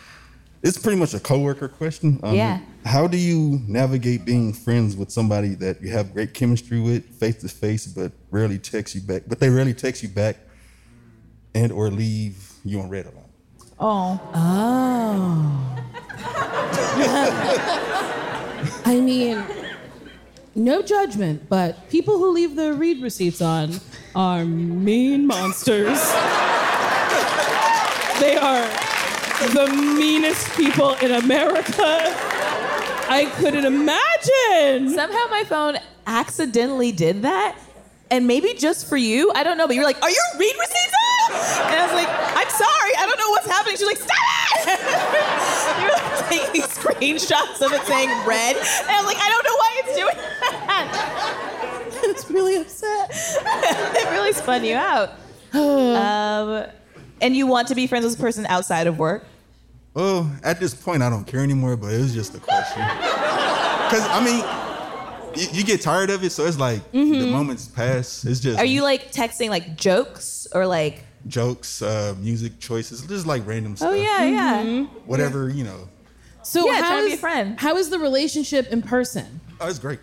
it's pretty much a coworker question. Um, Yeah. How do you navigate being friends with somebody that you have great chemistry with, face to face, but rarely text you back? But they rarely text you back, and or leave you on red alone. Oh. I mean, no judgment, but people who leave their read receipts on are mean monsters. they are the meanest people in America. I couldn't imagine. Somehow my phone accidentally did that. And maybe just for you, I don't know, but you were like, Are your read receipts up? And I was like, I'm sorry, I don't know what's happening. She's like, Stop it! you were like taking screenshots of it saying red. And I was like, I don't know why it's doing that. it's really upset. it really spun you out. um, and you want to be friends with this person outside of work? Well, at this point, I don't care anymore, but it was just a question. Because, I mean, you, you get tired of it, so it's like the moments pass. It's just Mm-hmm. Are you like texting like jokes or like, jokes, uh, music choices, just like random stuff. Oh, yeah, yeah. Whatever, you know. So Yeah, how trying to be is- a friend. How is the relationship in person? Oh, it's great.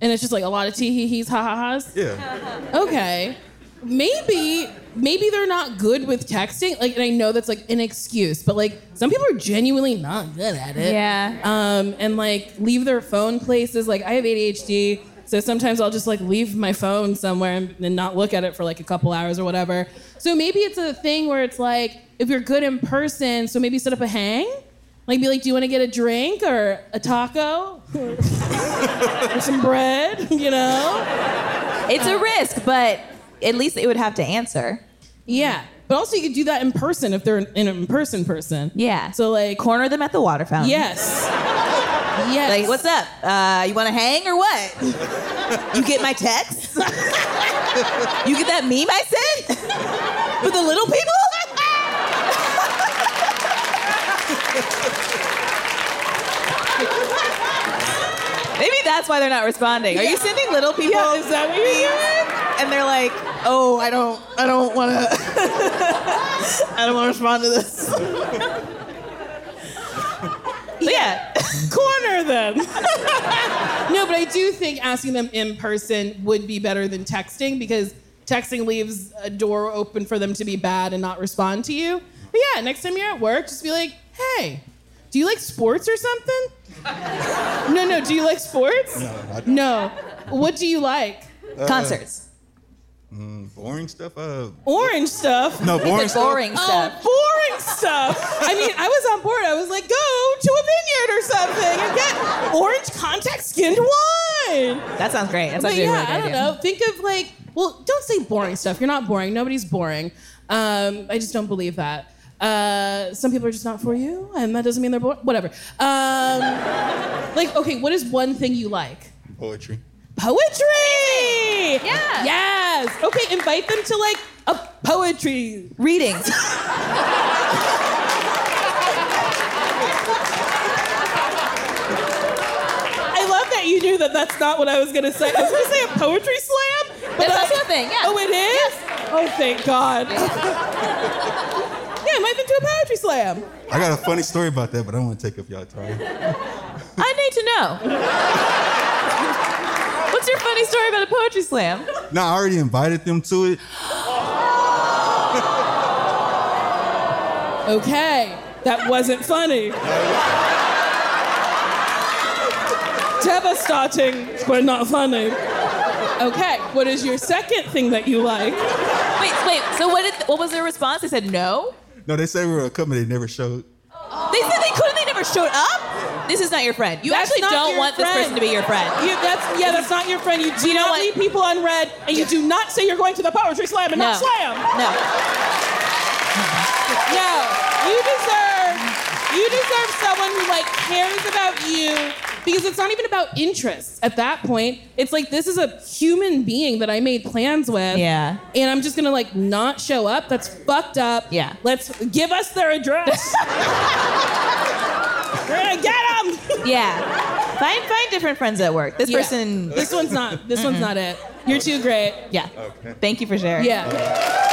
And it's just like a lot of tee hee hees, ha ha ha's. Yeah. Okay. Maybe maybe they're not good with texting. Like, and I know that's like an excuse, but like some people are genuinely not good at it. Yeah. Um, and like leave their phone places. Like I have ADHD, so sometimes I'll just like leave my phone somewhere and, and not look at it for like a couple hours or whatever. So maybe it's a thing where it's like if you're good in person, so maybe set up a hang. Like be like, do you want to get a drink or a taco? or some bread, you know? It's a risk, but at least it would have to answer. Yeah. But also you could do that in person if they're an an in-person person. Yeah. So like Corner them at the water fountain. Yes. yes. Like, what's up? Uh, you want to hang or what? you get my text? you get that meme I sent? For the little people? Maybe that's why they're not responding. Are you sending little people? Yeah, is that what you and they're like, "Oh, I don't, I don't want to, I don't want to respond to this." so yeah, corner them? no, but I do think asking them in person would be better than texting because texting leaves a door open for them to be bad and not respond to you. But yeah, next time you're at work, just be like, "Hey, do you like sports or something?" no, no. Do you like sports? No, I don't. No. What do you like? concerts, Boring stuff. Uh, Orange stuff. no, boring the stuff. boring stuff. Oh, boring stuff. I mean, I was on board. I was like, go to a vineyard or something and get orange contact skinned wine. That sounds great. That sounds But yeah, really good I don't idea. know. Think of like, well, don't say boring stuff. You're not boring. Nobody's boring. Um, I just don't believe that. Uh, some people are just not for you, and that doesn't mean they're bored. Whatever. Um, like, okay, what is one thing you like? Poetry. Poetry. Yeah. Yes. Okay, invite them to like a poetry Readings. I love that you knew that that's not what I was gonna say. I was gonna say a poetry slam, but That's I- also a thing, yeah. Oh, it is. Oh, thank God. yeah, invite them to a poetry slam. I got a funny story about that, but I don't want to take up y'all time. I need to know. What's your funny story about a poetry slam? No, I already invited them to it. Okay, that wasn't funny. Devastating, but not funny. Okay, what is your second thing that you like? Wait, wait. So what? Did, what was their response? They said no. No, they said we were coming. They never showed. They said they couldn't. They never showed up. This is not your friend. You That's actually not don't your want friend. this person to be your friend. You, that's, yeah, that's not your friend. You do You know not what? leave people unread, and you do not say you're going to the poetry slam and no. not slam. No. No, you deserve you deserve someone who like cares about you because it's not even about interests at that point. It's like this is a human being that I made plans with. Yeah. And I'm just gonna like not show up. That's fucked up. Yeah. Let's give us their address. We're gonna get them. Yeah. Find find different friends at work. This person. This one's not. This one's not it. You're too great. Yeah. Thank you for sharing. Yeah.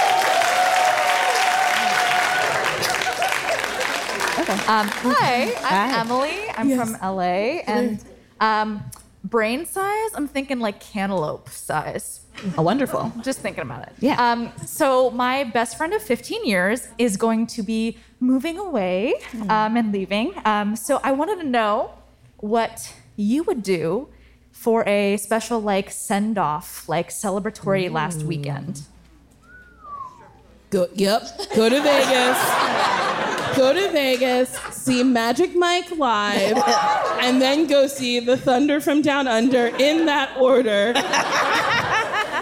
Um, hi, I'm Hi. Emily. I'm from LA, and um, brain size. I'm thinking like cantaloupe size. Oh, wonderful. Just thinking about it. Yeah. Um, so my best friend of 15 years is going to be moving away Hmm. um, and leaving. Um, so I wanted to know what you would do for a special like send off, like celebratory last weekend. Go, yep. Go to Vegas. Go to Vegas, see Magic Mike live, and then go see the Thunder from Down Under in that order.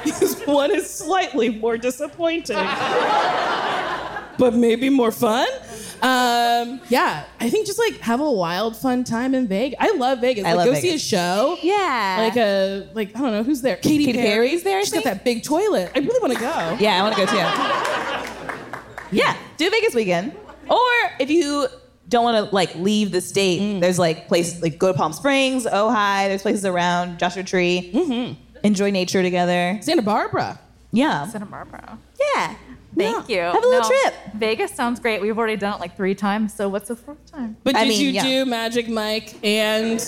because one is slightly more disappointing, but maybe more fun. Um, yeah, I think just like have a wild, fun time in Vegas. I love Vegas. I like, love go Vegas. see a show. Yeah. uh, Like a like I don't know who's there. Katy, Katy Perry's there, I She's got think? that big toilet. I really want to go. Yeah, I want to go too. Yeah, do Vegas weekend. Or if you don't want to like leave the state, there's like places like go to Palm Springs, Ojai. There's places around Joshua Tree. Mm-hmm. Enjoy nature together. Santa Barbara. Yeah, Santa Barbara. yeah. Thank Yeah. you. Have a little trip. Vegas sounds great. We've already done it like three times. So what's the fourth time? But did I mean, you yeah. do Magic Mike and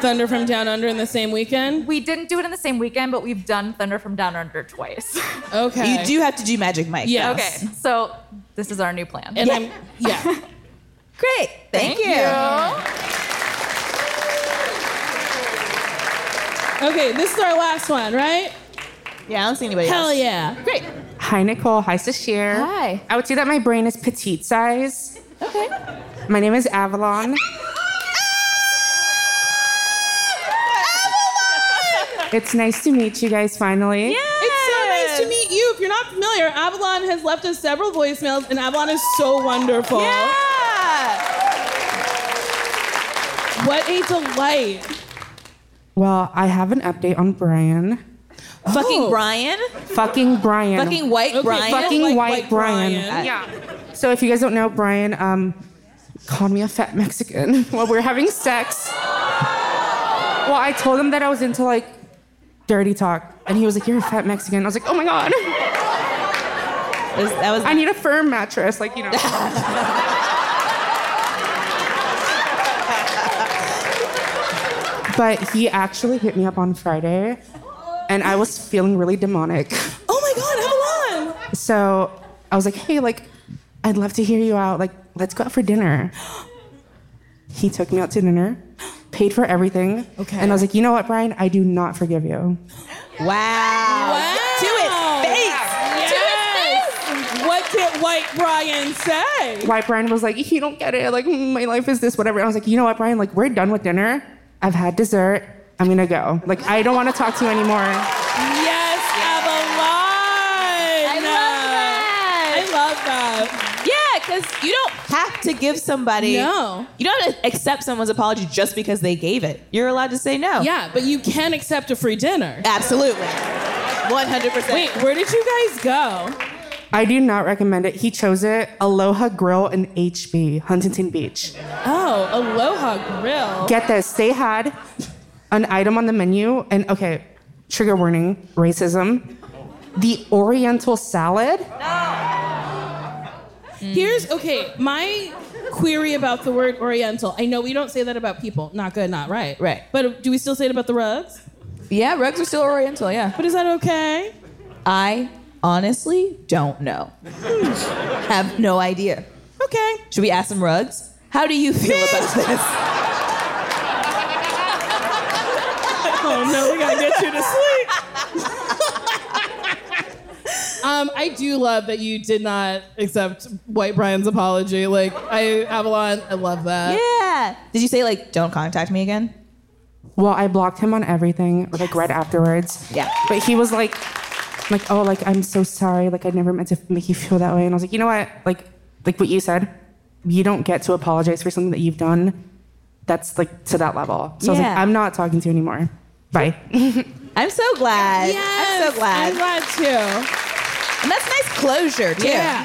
Thunder from Down Under in the same weekend? We didn't do it in the same weekend, but we've done Thunder from Down Under twice. Okay. You do have to do Magic Mike. Yeah. okay, so this is our new plan. And I'm yeah. Great. Thank, you. Okay, this is our last one, right? Yeah, I don't see anybody. Hell else. yeah. Great. Hi, Nicole. Hi, Sashir. Hi. I would say that my brain is petite size. Okay. My name is Avalon. It's nice to meet you guys finally. It's so nice to meet you. If you're not familiar, Avalon has left us several voicemails, and Avalon is so wonderful. Yeah. What a delight. Well, I have an update on Brian. Fucking Oh. Brian. Fucking Brian. Fucking white Brian. Uh, Fucking Like white, white Brian. Brian. Yeah. So if you guys don't know, Brian um, called me a fat Mexican while we were having sex. Well, I told him that I was into like dirty talk, and he was like, "You're a fat Mexican." I was like, "Oh my god, That was- that was I need a firm mattress." Like you know. but he actually hit me up on Friday, and I was feeling really demonic. Oh my God, Avalon. So I was like, hey, like, I'd love to hear you out. Like, let's go out for dinner. He took me out to dinner, paid for everything. Okay. And I was like, you know what, Brian? I do not forgive you. wow. wow. To its face. Yes. What did white Brian say? Why Brian was like, you don't get it. Like, mm, my life is this, whatever. I was like, you know what, Brian? Like, we're done with dinner. I've had dessert. I'm gonna go. Like, I don't wanna talk to you anymore. Yes, Avalon. I love that. I love that. Yeah, because you don't have to give somebody. No. You don't have to accept someone's apology just because they gave it. You're allowed to say no. Yeah, but you can accept a free dinner. Absolutely. 100%. Wait, where did you guys go? I do not recommend it. He chose it. Aloha Grill in HB, Huntington Beach. Oh, Aloha Grill. Get this. They had an item on the menu, and okay, trigger warning, racism. The Oriental salad. Here's okay, my query about the word oriental. I know we don't say that about people. Not good, not right. Right. But do we still say it about the rugs? Yeah, rugs are still oriental, yeah. But is that okay? I honestly don't know. have no idea. Okay. Should we ask some rugs? How do you feel about this? Oh no, we gotta get you to sleep. um, I do love that you did not accept White Brian's apology. Like I Avalon, I love that. yeah. Uh, Did you say, like, don't contact me again? Well, I blocked him on everything, like right afterwards. Yeah. But he was like, like, oh, like I'm so sorry. Like I never meant to make you feel that way. And I was like, you know what? Like, like what you said, you don't get to apologize for something that you've done. That's like to that level. So I was like, Yeah. I'm not talking to you anymore. Bye. I'm so glad. I'm so glad. I'm glad too. and that's nice closure, too. Yeah.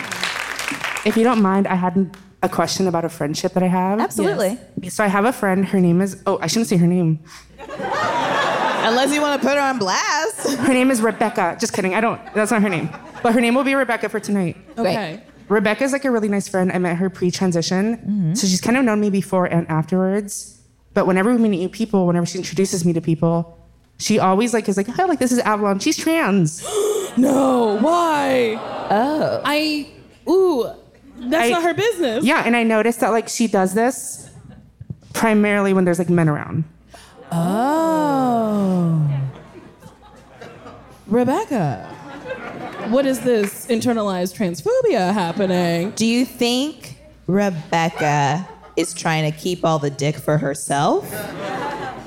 if you don't mind, I had a question about a friendship that I have. Absolutely. So I have a friend. Her name is. Oh, I shouldn't say her name. Unless you want to put her on blast. Her name is Rebecca. Just kidding. I don't. That's not her name. But her name will be Rebecca for tonight. Okay. Rebecca's like a really nice friend. I met her pre-transition, Mm-hmm. so she's kind of known me before and afterwards. But whenever we meet new people, whenever she introduces me to people, she always like is like, "Hi, like this is Avalon. She's trans." No, why? Oh. I ooh, that's I- not her business. Yeah, and I noticed that like she does this primarily when there's like men around. Oh. Rebecca. What is this internalized transphobia happening? Do you think Rebecca is trying to keep all the dick for herself?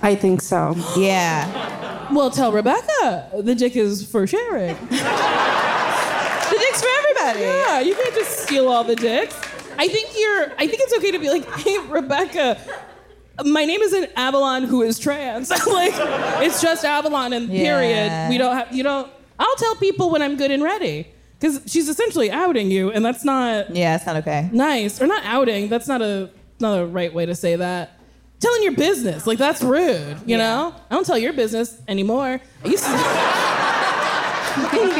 I think so. Yeah. Well, tell Rebecca the dick is for sharing. The dick's for everybody. Yeah, you can't just steal all the dicks. I think you're. I think it's okay to be like, hey, Rebecca, my name isn't Avalon who is trans. like, it's just Avalon and Yeah. period. We don't have. You don't. I'll tell people when I'm good and ready because she's essentially outing you, and that's not Yeah, it's not okay. nice or not outing. That's not a not a right way to say that. Telling your business like that's rude. You know, I don't tell your business anymore. I used to.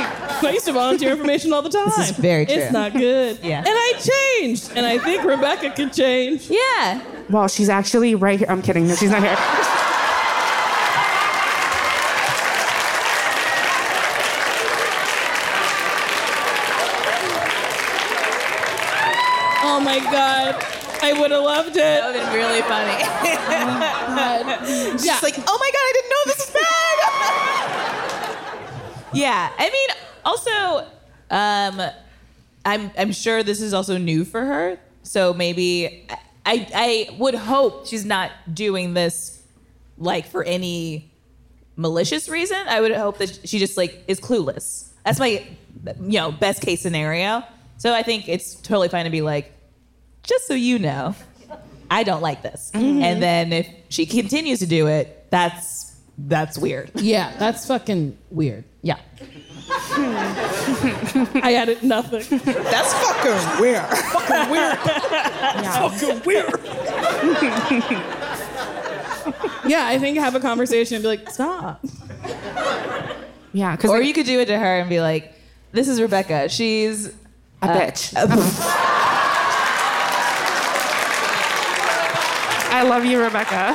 I used to volunteer information all the time. is very true. It's not good. Yeah. And I changed. And I think Rebecca can change. Yeah. Well, she's actually right here. I'm kidding. No, she's not here. Oh my God. I would have loved it. would have been really funny. Yeah. She's like, oh my God, I didn't know this was bad. yeah. I mean, also, um, I'm, I'm sure this is also new for her. So maybe I, I would hope she's not doing this like for any malicious reason. I would hope that she just like is clueless. That's my, you know, best case scenario. So I think it's totally fine to be like, just so you know, I don't like this. And then if she continues to do it, that's that's weird. yeah, that's fucking weird. Yeah. I added nothing. That's fucking weird. Yeah, I think have a conversation and be like, stop. Yeah, because Or you could do it to her and be like, "This is Rebecca. She's a bitch. I love you, Rebecca.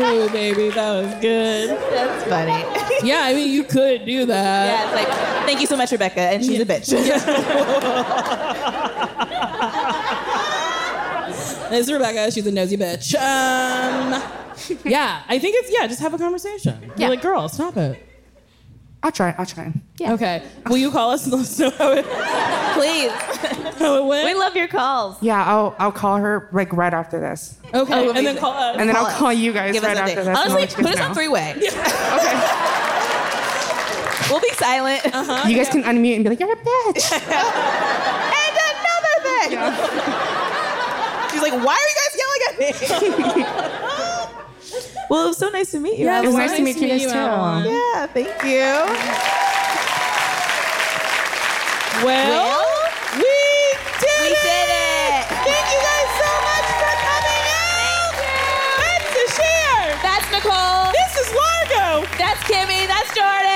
Ooh, baby, that was good. that's funny." Yeah, I mean, you could do that. yeah, it's like, "Thank you so much, Rebecca," and she's a bitch. This is Rebecca. She's a nosy bitch. Um, yeah, I think it's, yeah, just have a conversation. You're Yeah. like, girl, stop it. I'll try. I'll try. Okay. Will you call us and let us know how it, Please, how it went? we love your calls. Yeah, I'll I'll call her like right after this, okay. Oh, and amazing. then call us. and then Call I'll us. call you guys Give right us an after update. this. and I'll Honestly, let you put us know. on three-way. We'll be silent. Uh-huh. You guys can unmute and be like, "You're a bitch." And another like, she's like, why are you guys yelling at me? Well, it was so nice to meet you. it was Alan. nice to meet you guys too. Alan. Yeah, thank you. Well, we did We it. did it. Thank you guys so much for coming out. That's a share. That's Nicole. This is Largo. That's Kimmy. That's Jordan.